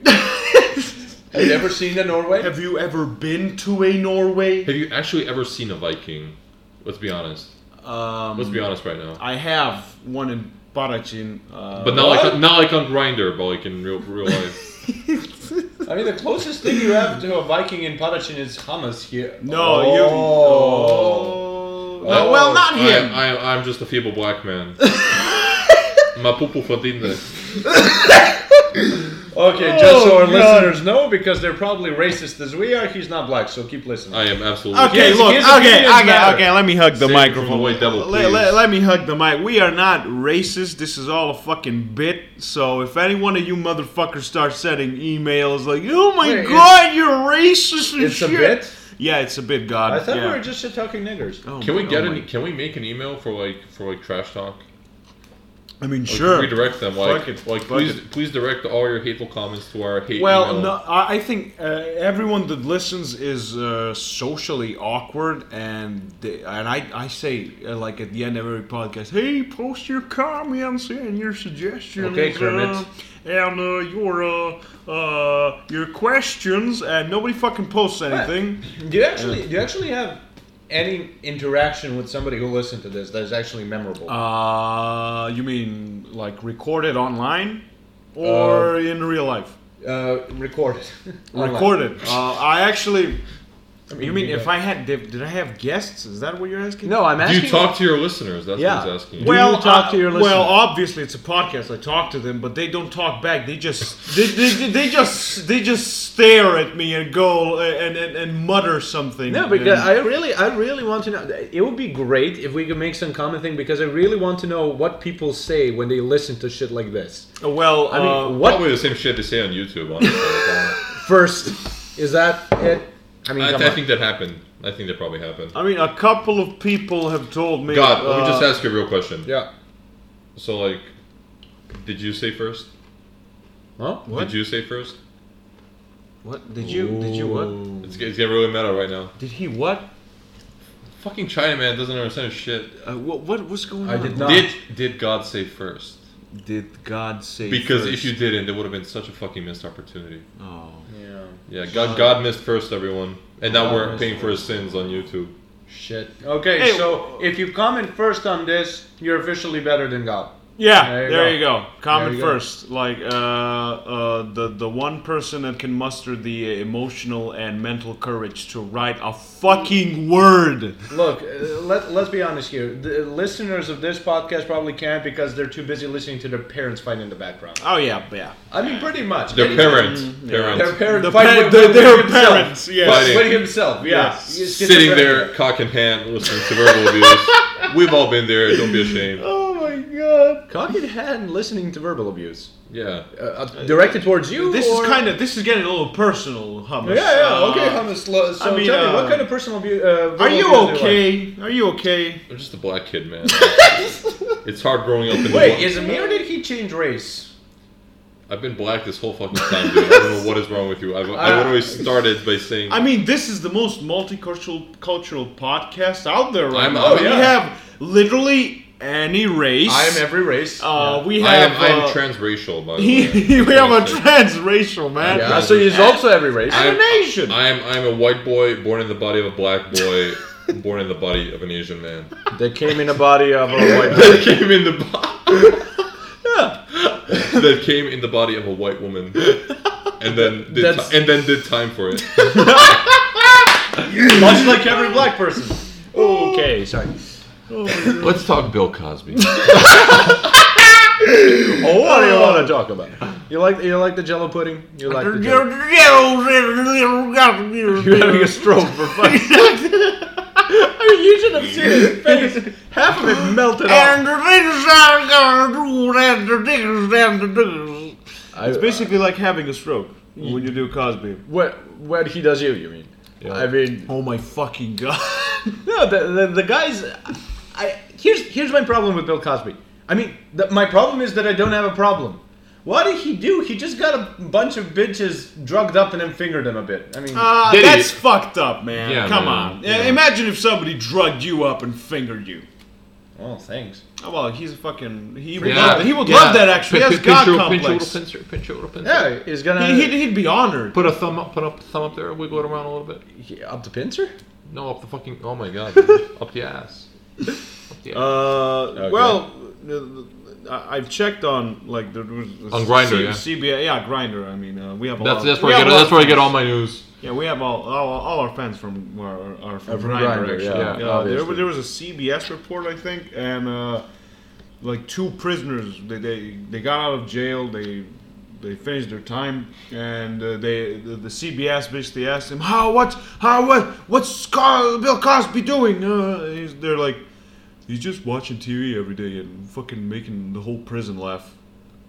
[SPEAKER 2] Have you ever seen the Norway?
[SPEAKER 1] have you ever been to a Norway?
[SPEAKER 3] Have you actually ever seen a Viking? Let's be honest.
[SPEAKER 1] Um,
[SPEAKER 3] Let's be honest right now.
[SPEAKER 1] I have one in Barachin. Uh,
[SPEAKER 3] But not like not like on Grinder, but like in real real life.
[SPEAKER 2] I mean, the closest thing you have to a Viking in Padachin is Hamas here.
[SPEAKER 1] no,
[SPEAKER 2] Oh.
[SPEAKER 1] you. Oh. No,
[SPEAKER 2] Oh.
[SPEAKER 1] well, not him.
[SPEAKER 3] I, I, I'm just a feeble black man. Ma pupu fatinde.
[SPEAKER 2] Okay, just so our
[SPEAKER 1] Oh, God.
[SPEAKER 2] listeners know, because they're probably racist as we are, he's not black, so keep listening.
[SPEAKER 3] I am absolutely.
[SPEAKER 1] okay,
[SPEAKER 2] His-
[SPEAKER 1] look.
[SPEAKER 2] his
[SPEAKER 1] Okay,
[SPEAKER 2] opinions
[SPEAKER 1] okay,
[SPEAKER 2] matter.
[SPEAKER 1] okay. Let me hug the
[SPEAKER 3] Save it from
[SPEAKER 1] microphone.
[SPEAKER 3] the white devil,
[SPEAKER 1] let,
[SPEAKER 3] please.
[SPEAKER 1] let- let me hug the mic. We are not racist. This is all a fucking bit. So if any one of you motherfuckers start sending emails like, "Oh my
[SPEAKER 2] Wait, it's-
[SPEAKER 1] god, you're racist," and
[SPEAKER 2] it's
[SPEAKER 1] shit,
[SPEAKER 2] a bit.
[SPEAKER 1] Yeah, it's a bit god.
[SPEAKER 2] I thought
[SPEAKER 1] yeah.
[SPEAKER 2] we were just talking niggers.
[SPEAKER 1] Oh
[SPEAKER 3] Can
[SPEAKER 1] my-
[SPEAKER 3] we get
[SPEAKER 1] oh
[SPEAKER 3] an? e,
[SPEAKER 1] my-
[SPEAKER 3] Can we make an email for like for like trash talk?
[SPEAKER 1] I mean,
[SPEAKER 3] Like,
[SPEAKER 1] sure.
[SPEAKER 3] Redirect them. Like,
[SPEAKER 1] Fuck it,
[SPEAKER 3] like
[SPEAKER 1] fuck
[SPEAKER 3] please,
[SPEAKER 1] it.
[SPEAKER 3] please direct all your hateful comments to our hate.
[SPEAKER 1] Well,
[SPEAKER 3] email.
[SPEAKER 1] no, I I think uh, everyone that listens is uh, socially awkward, and they, and I, I say uh, like at the end of every podcast, hey, post your comments and your suggestions,
[SPEAKER 2] Okay, Kermit.
[SPEAKER 1] uh, and uh, your uh, uh, your questions, and nobody fucking posts anything.
[SPEAKER 2] Do you actually do you actually have any interaction with somebody who listened to this that is actually memorable?
[SPEAKER 1] Uh, you mean like recorded online or in real life?
[SPEAKER 2] Uh, recorded. Online.
[SPEAKER 1] Recorded. Uh, I actually. you mean
[SPEAKER 2] you
[SPEAKER 1] if I had did, did I have guests? Is that what you're asking?
[SPEAKER 2] No, I'm
[SPEAKER 3] do
[SPEAKER 2] asking.
[SPEAKER 3] you talk to your listeners? That's
[SPEAKER 2] Yeah.
[SPEAKER 3] what he's asking. you.
[SPEAKER 2] Well- you talk to your
[SPEAKER 1] uh,
[SPEAKER 2] listeners?
[SPEAKER 1] Well, obviously it's a podcast. I talk to them, but they don't talk back. They just they, they, they just they just stare at me and go uh, and and, and mutter something.
[SPEAKER 2] No, because
[SPEAKER 1] And-
[SPEAKER 2] I really, I really want to know. It would be great if we could make some common thing because I really want to know what people say when they listen to shit like this.
[SPEAKER 1] Uh, well,
[SPEAKER 2] I
[SPEAKER 1] uh,
[SPEAKER 2] mean, what
[SPEAKER 3] Probably the same shit they say on YouTube. Honestly.
[SPEAKER 2] first is that? It. I mean,
[SPEAKER 3] I,
[SPEAKER 2] come
[SPEAKER 3] I
[SPEAKER 2] on.
[SPEAKER 3] think that happened. I think that probably happened.
[SPEAKER 1] uh, I mean, a couple of people have told me.
[SPEAKER 3] God, let me just
[SPEAKER 1] uh,
[SPEAKER 3] ask you a real question.
[SPEAKER 2] yeah.
[SPEAKER 3] So, like, did you say first?
[SPEAKER 2] Huh?
[SPEAKER 3] Did you say first?
[SPEAKER 1] What did you did you what
[SPEAKER 3] It's, it's getting really meta right now.
[SPEAKER 1] did he what?
[SPEAKER 3] Fucking China man doesn't understand shit.
[SPEAKER 1] Uh, what what what's going
[SPEAKER 2] I
[SPEAKER 1] on?
[SPEAKER 2] did not.
[SPEAKER 3] Did did God say first?
[SPEAKER 1] Did God say?
[SPEAKER 3] Because
[SPEAKER 1] first?
[SPEAKER 3] if you didn't, it would have been such a fucking missed opportunity.
[SPEAKER 1] Oh.
[SPEAKER 2] Yeah.
[SPEAKER 3] Yeah, God God missed first, everyone, and now
[SPEAKER 2] God
[SPEAKER 3] we're
[SPEAKER 2] missed
[SPEAKER 3] paying for his sins on YouTube.
[SPEAKER 2] Shit. Okay,
[SPEAKER 1] Hey,
[SPEAKER 2] so if you comment first on this, you're officially better than God.
[SPEAKER 1] Yeah,
[SPEAKER 2] There
[SPEAKER 1] there,
[SPEAKER 2] you
[SPEAKER 1] you,
[SPEAKER 2] go.
[SPEAKER 1] go. Comment
[SPEAKER 2] There you go.
[SPEAKER 1] first. Like uh, uh, the the one person that can muster the emotional and mental courage to write a fucking word.
[SPEAKER 2] Look, uh, let, let's be honest here. The listeners of this podcast probably can't because they're too busy listening to their parents fight in the background.
[SPEAKER 1] Oh yeah, yeah.
[SPEAKER 2] I mean, pretty much.
[SPEAKER 3] Their
[SPEAKER 2] Any-
[SPEAKER 3] parents,
[SPEAKER 1] yeah.
[SPEAKER 2] Their
[SPEAKER 3] parents,
[SPEAKER 2] parents.
[SPEAKER 1] The
[SPEAKER 2] fight
[SPEAKER 1] pa-
[SPEAKER 2] with-
[SPEAKER 1] the-
[SPEAKER 2] with
[SPEAKER 1] their
[SPEAKER 2] himself.
[SPEAKER 1] parents, yes.
[SPEAKER 3] Fighting.
[SPEAKER 2] With himself, yeah.
[SPEAKER 1] Yes.
[SPEAKER 2] He's
[SPEAKER 3] sitting there,
[SPEAKER 2] schizophrenic.
[SPEAKER 3] cock in hand, listening to verbal abuse. We've all been there. Don't be ashamed.
[SPEAKER 1] Oh my god.
[SPEAKER 2] Cock in hand, listening to verbal abuse.
[SPEAKER 3] Yeah.
[SPEAKER 2] Uh, uh, directed towards you?
[SPEAKER 1] This
[SPEAKER 2] or-
[SPEAKER 1] is kind of this is getting a little personal, Hummus.
[SPEAKER 2] Yeah, yeah, okay,
[SPEAKER 1] Uh,
[SPEAKER 2] Hummus. lo- So
[SPEAKER 1] I mean,
[SPEAKER 2] tell me, what
[SPEAKER 1] uh,
[SPEAKER 2] kind of personal abuse. Uh, verbal
[SPEAKER 1] Are you
[SPEAKER 2] abuse do like?
[SPEAKER 1] okay? Are you okay?
[SPEAKER 3] I'm just a black kid, man. it's hard growing up in
[SPEAKER 2] Wait,
[SPEAKER 3] the.
[SPEAKER 2] is it me or did he change race?
[SPEAKER 3] I've been black this whole fucking time, dude. I don't know what is wrong with you. I've, I literally started by saying
[SPEAKER 1] Uh, I mean, this is the most multicultural cultural podcast out there right
[SPEAKER 3] I'm-
[SPEAKER 1] now.
[SPEAKER 3] oh, yeah.
[SPEAKER 1] We have literally any race.
[SPEAKER 2] I am every race.
[SPEAKER 1] uh, we
[SPEAKER 3] I am,
[SPEAKER 1] have.
[SPEAKER 3] I am
[SPEAKER 1] uh,
[SPEAKER 3] transracial, by the
[SPEAKER 1] we
[SPEAKER 3] way.
[SPEAKER 1] have a
[SPEAKER 3] Honestly.
[SPEAKER 1] transracial man.
[SPEAKER 2] yeah, so he's also every race.
[SPEAKER 3] I'm-
[SPEAKER 1] Asian.
[SPEAKER 3] I am I am a white boy born in the body of a black boy, born in the body of an Asian man.
[SPEAKER 2] They came in the body of a white man.
[SPEAKER 3] that came in the bo- that came in the body of a white woman, and then did
[SPEAKER 2] That's-
[SPEAKER 3] ti- and then did time for it.
[SPEAKER 2] Much like every black person. Okay, sorry.
[SPEAKER 3] Let's talk Bill Cosby.
[SPEAKER 2] Oh, what do you want to talk about? You like you like the Jello pudding? You like the Jello? You're having a stroke for fun. I mean, you should have seen his face. Half of it melted off.
[SPEAKER 1] And the things I'm gonna do, and the things and the things.
[SPEAKER 2] I,
[SPEAKER 1] It's basically like having a stroke when you do Cosby.
[SPEAKER 2] what what he does you? You mean? I mean,
[SPEAKER 1] Oh my fucking god.
[SPEAKER 2] no, the the, the guys. I here's here's my problem with Bill Cosby. I mean, the, my problem is that I don't have a problem. What did he do? He just got a bunch of bitches drugged up and then fingered them a bit. I mean,
[SPEAKER 1] Uh,
[SPEAKER 3] Did he?
[SPEAKER 1] that's fucked up, man.
[SPEAKER 3] Yeah,
[SPEAKER 1] Come
[SPEAKER 3] man.
[SPEAKER 1] on. Yeah, Imagine if somebody drugged you up and fingered you.
[SPEAKER 2] oh, thanks.
[SPEAKER 1] Oh, well, he's a fucking. He would,
[SPEAKER 3] Yeah.
[SPEAKER 1] love, that. He would
[SPEAKER 3] Yeah.
[SPEAKER 1] love that, actually.
[SPEAKER 3] Pin-
[SPEAKER 1] He has
[SPEAKER 3] pin- pinch
[SPEAKER 1] God
[SPEAKER 3] your- pinch your
[SPEAKER 1] complex.
[SPEAKER 3] little pincer, pinch your little pincer.
[SPEAKER 2] Yeah, he's gonna
[SPEAKER 1] He- he'd, he'd be honored.
[SPEAKER 3] Put a thumb up, put up thumb up there, wiggle it around a little bit.
[SPEAKER 2] he- up the pincer.
[SPEAKER 3] No, up the fucking. Oh my god, up the ass. Up the ass.
[SPEAKER 1] Uh, Well, the- the- I- I've checked on like there was
[SPEAKER 3] On Grindr, yeah.
[SPEAKER 1] CBA, yeah, Grinder. I mean, uh, we have a
[SPEAKER 3] that's
[SPEAKER 1] lot.
[SPEAKER 3] that's
[SPEAKER 1] we
[SPEAKER 3] where I
[SPEAKER 1] have
[SPEAKER 3] get
[SPEAKER 1] a lot
[SPEAKER 3] that's
[SPEAKER 1] of
[SPEAKER 3] where I get
[SPEAKER 1] fans.
[SPEAKER 3] all my news.
[SPEAKER 1] Yeah, we have all all, all our fans from are, are from,
[SPEAKER 2] from
[SPEAKER 1] Grindr,
[SPEAKER 2] Grindr,
[SPEAKER 1] actually.
[SPEAKER 2] yeah,
[SPEAKER 1] Yeah, there,
[SPEAKER 2] obviously.
[SPEAKER 1] there was a CBS report, I think, and uh, like two prisoners. They, they they got out of jail. They they finished their time, and uh, they the, the CBS basically asked them, "How what's how what what's Co- Bill Cosby doing?" Uh, he's, they're like, "He's just watching TV every day and fucking making the whole prison laugh."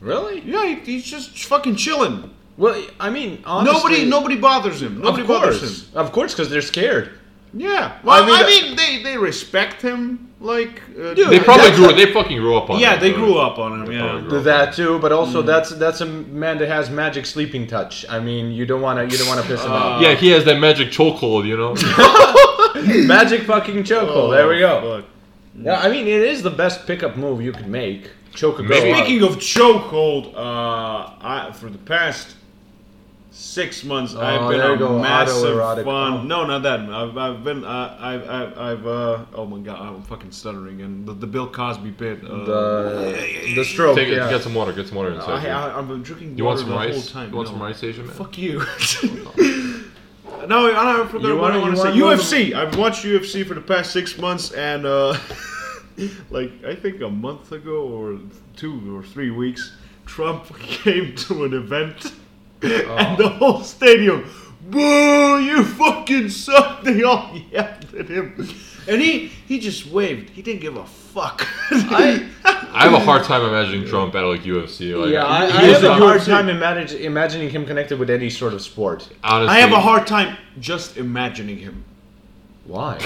[SPEAKER 2] Really?
[SPEAKER 1] Yeah, he, he's just fucking chilling.
[SPEAKER 2] Well, I mean, honestly,
[SPEAKER 1] nobody nobody bothers him. Nobody
[SPEAKER 2] of
[SPEAKER 1] bothers him.
[SPEAKER 2] course, of course, because they're scared.
[SPEAKER 1] Yeah. Well, I mean,
[SPEAKER 2] mean,
[SPEAKER 1] they, they respect him. Like, uh,
[SPEAKER 2] Dude,
[SPEAKER 3] They probably
[SPEAKER 2] that's
[SPEAKER 3] grew.
[SPEAKER 2] a-
[SPEAKER 3] they fucking grew up on.
[SPEAKER 1] yeah,
[SPEAKER 3] it,
[SPEAKER 1] they
[SPEAKER 3] though.
[SPEAKER 1] grew up on him.
[SPEAKER 3] probably
[SPEAKER 1] Yeah.
[SPEAKER 3] grew up on
[SPEAKER 2] That too, but
[SPEAKER 3] Mm.
[SPEAKER 2] also that's that's a man that has magic sleeping touch. I mean, you don't wanna you don't wanna piss him off.
[SPEAKER 3] Yeah, he has that magic chokehold, you know.
[SPEAKER 2] Magic fucking chokehold.
[SPEAKER 1] Oh,
[SPEAKER 2] there we go.
[SPEAKER 1] fuck.
[SPEAKER 2] Yeah, I mean, it is the best pickup move you could make. Choke a girl.
[SPEAKER 3] Maybe-
[SPEAKER 2] out.
[SPEAKER 1] Speaking of chokehold, uh, I for the past six months I've been
[SPEAKER 2] there you
[SPEAKER 1] a
[SPEAKER 2] go,
[SPEAKER 1] massive
[SPEAKER 2] autoerotic.
[SPEAKER 1] fun.
[SPEAKER 2] Oh.
[SPEAKER 1] No, not that. I've, I've been. Uh, I've. I've. I've uh, oh my god, I'm fucking stuttering. And the, the Bill Cosby bit. Uh,
[SPEAKER 2] the the stroke.
[SPEAKER 3] Take it,
[SPEAKER 2] yeah.
[SPEAKER 3] get some water. Get some water inside.
[SPEAKER 1] I,
[SPEAKER 3] here.
[SPEAKER 1] I, I've been drinking
[SPEAKER 3] you
[SPEAKER 1] water
[SPEAKER 3] want some
[SPEAKER 1] the whole
[SPEAKER 3] rice?
[SPEAKER 1] time.
[SPEAKER 3] You want
[SPEAKER 1] no.
[SPEAKER 3] some rice, Asian man?
[SPEAKER 1] Fuck you. no, I, I forgot
[SPEAKER 2] You
[SPEAKER 1] what I
[SPEAKER 2] wanna-
[SPEAKER 1] want
[SPEAKER 2] you
[SPEAKER 1] to say.
[SPEAKER 2] wanna know
[SPEAKER 1] UFC. I've watched UFC for the past six months, and uh, like I think a month ago or two or three weeks, Trump came to an event, and the whole stadium. Boo! You fucking suck! They all yelled at him, and he he just waved. He didn't give a fuck.
[SPEAKER 3] I have a hard time imagining Trump at like UFC. Like,
[SPEAKER 2] Yeah, I, I
[SPEAKER 1] He is
[SPEAKER 2] have
[SPEAKER 1] a
[SPEAKER 2] a hard
[SPEAKER 1] UFC.
[SPEAKER 2] time imagine, imagining him connected with any sort of sport.
[SPEAKER 3] honestly,
[SPEAKER 1] I have a hard time just imagining him.
[SPEAKER 2] Why?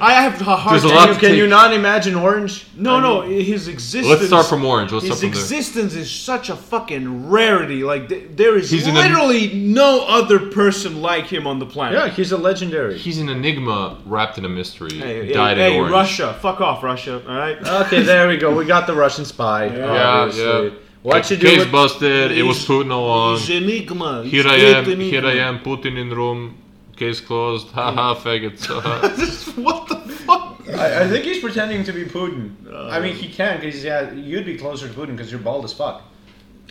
[SPEAKER 1] I have a hard
[SPEAKER 3] There's a
[SPEAKER 1] time.
[SPEAKER 3] lot
[SPEAKER 2] can, you, can
[SPEAKER 3] to take-
[SPEAKER 2] you not imagine orange?
[SPEAKER 1] No, no, his existence.
[SPEAKER 3] Let's start from orange. Let's
[SPEAKER 1] His
[SPEAKER 3] start from there.
[SPEAKER 1] existence is such a fucking rarity. Like th- there is
[SPEAKER 3] He's an-
[SPEAKER 1] literally no other person like him on the planet.
[SPEAKER 2] Yeah, he's a legendary.
[SPEAKER 3] He's an enigma wrapped in a mystery.
[SPEAKER 1] Hey,
[SPEAKER 3] died
[SPEAKER 1] hey,
[SPEAKER 3] in
[SPEAKER 1] hey,
[SPEAKER 3] orange.
[SPEAKER 1] Russia, fuck off, Russia. All right.
[SPEAKER 2] Okay, there we go. We got the Russian spy.
[SPEAKER 3] Yeah,
[SPEAKER 2] obviously.
[SPEAKER 3] yeah.
[SPEAKER 2] What you do?
[SPEAKER 3] Case
[SPEAKER 2] with-
[SPEAKER 3] busted. It was
[SPEAKER 1] He's-
[SPEAKER 3] Putin along.
[SPEAKER 1] He's enigma. He's
[SPEAKER 3] Here I
[SPEAKER 1] great
[SPEAKER 3] am.
[SPEAKER 1] enigma.
[SPEAKER 3] Here I am. Putin in room. Case closed. Ha
[SPEAKER 2] Mm.
[SPEAKER 3] ha, faggots. Ha, ha.
[SPEAKER 1] what the fuck?
[SPEAKER 2] I, I think he's pretending to be Putin. I mean, he can because yeah, you'd be closer to Putin because you're bald as fuck.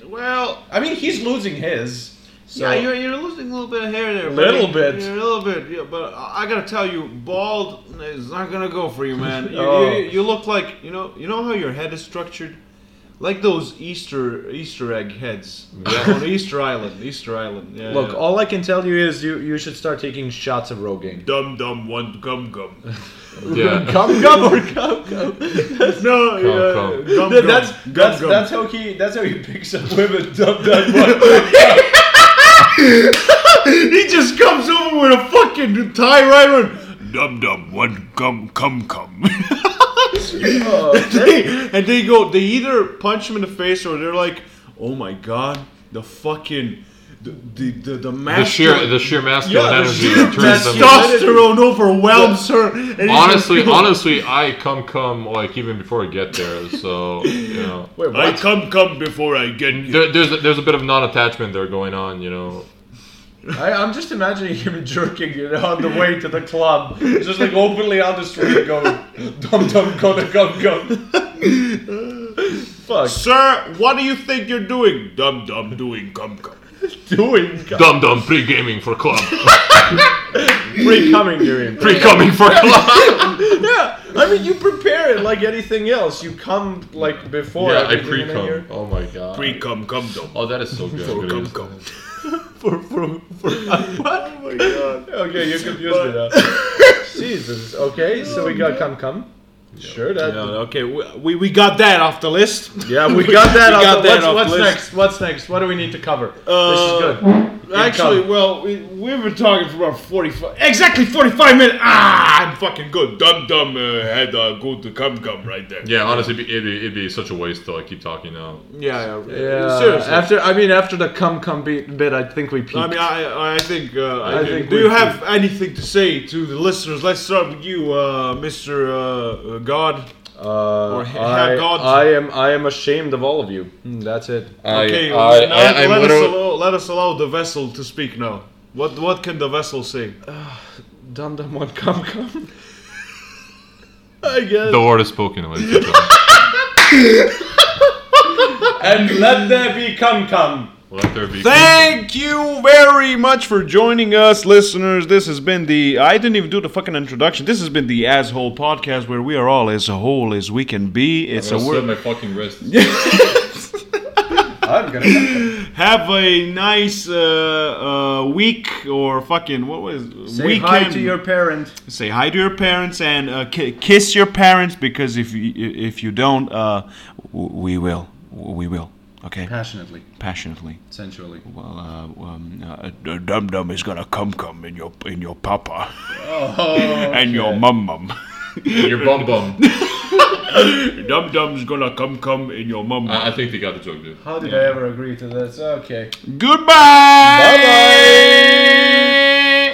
[SPEAKER 1] Well,
[SPEAKER 2] I mean, he's losing his. So.
[SPEAKER 1] yeah, you're, you're losing a little bit of hair there.
[SPEAKER 2] Little
[SPEAKER 1] buddy.
[SPEAKER 2] bit.
[SPEAKER 1] You're a little bit. Yeah, but I I gotta tell you, bald is not gonna go for you, man. You,
[SPEAKER 2] Oh.
[SPEAKER 1] you, you look like you know. You know how your head is structured, like those Easter Easter egg heads
[SPEAKER 3] Yeah.
[SPEAKER 1] on Easter Island. Easter Island. Yeah.
[SPEAKER 2] Look,
[SPEAKER 1] yeah.
[SPEAKER 2] all I can tell you is you, you should start taking shots of Rogaine.
[SPEAKER 1] Dum dum one gum gum.
[SPEAKER 3] Yeah.
[SPEAKER 2] Come, come, or come, come.
[SPEAKER 1] no, yeah,
[SPEAKER 3] come.
[SPEAKER 1] gum
[SPEAKER 2] Th-
[SPEAKER 1] gum.
[SPEAKER 2] that's
[SPEAKER 1] Gum
[SPEAKER 2] that's,
[SPEAKER 1] gum.
[SPEAKER 2] that's how he that's how he picks up women. Dum dum one. gum, gum.
[SPEAKER 1] he just comes over with a fucking tie rider. Dum dum one gum cum cum.
[SPEAKER 2] Oh,
[SPEAKER 1] They- and they go, they either punch him in the face or they're like, oh my god, the fucking the the the, the
[SPEAKER 3] The sheer
[SPEAKER 1] masculine-
[SPEAKER 3] the sheer masculine
[SPEAKER 1] yeah, the
[SPEAKER 3] energy
[SPEAKER 1] sheer
[SPEAKER 3] turns them.
[SPEAKER 1] testosterone overwhelms her. and it's
[SPEAKER 3] Honestly,
[SPEAKER 1] just-
[SPEAKER 3] honestly, I come come like even before I get there. So you know,
[SPEAKER 2] Wait, what?
[SPEAKER 1] I come come before I get you.
[SPEAKER 3] there, there's a, there's a bit of non-attachment there going on. You know,
[SPEAKER 2] I, I'm just imagining him jerking it on the way to the club. Just like openly on the street going, dum dum, gonna gum gum. Fuck.
[SPEAKER 1] Sir, what do you think you're doing? Dum dum doing cum cum.
[SPEAKER 2] Doing
[SPEAKER 3] dumb dumb pre gaming for club,
[SPEAKER 2] pre coming during.
[SPEAKER 3] pre coming for club.
[SPEAKER 2] yeah, I mean, you prepare it like anything else. You come like before.
[SPEAKER 3] yeah, I
[SPEAKER 2] everything
[SPEAKER 3] pre
[SPEAKER 2] and then
[SPEAKER 3] cum.
[SPEAKER 2] you're-
[SPEAKER 3] Oh my god.
[SPEAKER 1] Pre cum cum dum.
[SPEAKER 3] oh, that is so good. I'm
[SPEAKER 1] Or
[SPEAKER 3] gonna
[SPEAKER 1] cum
[SPEAKER 3] use-
[SPEAKER 1] cum.
[SPEAKER 2] What?
[SPEAKER 1] Oh my god.
[SPEAKER 2] Okay, you confused me now. Jesus. Okay, so we got come come. Sure. That,
[SPEAKER 1] Yeah, okay, we, we, we got that off the list.
[SPEAKER 2] Yeah, we got that.
[SPEAKER 1] We
[SPEAKER 2] on
[SPEAKER 1] got
[SPEAKER 2] the-
[SPEAKER 1] that
[SPEAKER 2] what's
[SPEAKER 1] off
[SPEAKER 2] what's
[SPEAKER 1] list.
[SPEAKER 2] next? What's next? What do we need to cover?
[SPEAKER 1] Uh,
[SPEAKER 2] this is good.
[SPEAKER 1] Actually, well, we, we've been talking for about 45, exactly 45 minutes. Ah, I'm fucking good. Dum Dum uh, had uh, good to cum cum right there.
[SPEAKER 3] Yeah, honestly, it'd be, it'd, be, it'd be such a waste to like keep talking now.
[SPEAKER 1] yeah, yeah.
[SPEAKER 2] yeah.
[SPEAKER 1] Seriously.
[SPEAKER 2] After I mean, after the come come beat bit, I think we peaked.
[SPEAKER 1] I mean, I, I think. Uh, I,
[SPEAKER 2] I
[SPEAKER 1] think.
[SPEAKER 2] think
[SPEAKER 1] do
[SPEAKER 2] we-
[SPEAKER 1] you have anything to say to the listeners? Let's start with you, uh, Mr. Uh, uh, God.
[SPEAKER 2] uh,
[SPEAKER 1] or ha-
[SPEAKER 2] I,
[SPEAKER 1] have God-
[SPEAKER 2] I am I am ashamed of all of you. Mm, That's it.
[SPEAKER 1] Okay,
[SPEAKER 3] I, I,
[SPEAKER 1] now
[SPEAKER 3] I,
[SPEAKER 1] let,
[SPEAKER 3] I'm
[SPEAKER 1] us
[SPEAKER 3] literally.
[SPEAKER 1] allow, let us allow the vessel to speak now. What what can the vessel say?
[SPEAKER 2] Dum dum one come come. I guess.
[SPEAKER 3] The word is spoken. ladies and gentlemen.
[SPEAKER 2] And let there be come come.
[SPEAKER 3] Let there be.
[SPEAKER 1] Thank you very much for joining us, listeners. This has been the. I didn't even do the fucking introduction. This has been the asshole podcast where we are all as whole as we can be. It's
[SPEAKER 3] I
[SPEAKER 1] a word.
[SPEAKER 3] slit my fucking wrist.
[SPEAKER 2] I'm gonna.
[SPEAKER 1] Have a nice uh, uh, week or fucking what was
[SPEAKER 2] Say
[SPEAKER 1] weekend.
[SPEAKER 2] hi to your parent.
[SPEAKER 1] Say hi to your parents and uh, ki- kiss your parents because if you, if you don't, uh, w- we will. We will. Okay,
[SPEAKER 2] Passionately,
[SPEAKER 1] passionately.
[SPEAKER 2] sensually.
[SPEAKER 1] Well, uh, um, uh, the dum dum is gonna come come in your in your papa
[SPEAKER 2] Oh.
[SPEAKER 1] and your mum mum.
[SPEAKER 3] Your bum bum.
[SPEAKER 1] Dum dum's gonna come come in your mum. mum.
[SPEAKER 3] I, I think they got the joke, dude.
[SPEAKER 2] How did I ever agree to this? Okay.
[SPEAKER 1] Goodbye.
[SPEAKER 2] Bye-bye.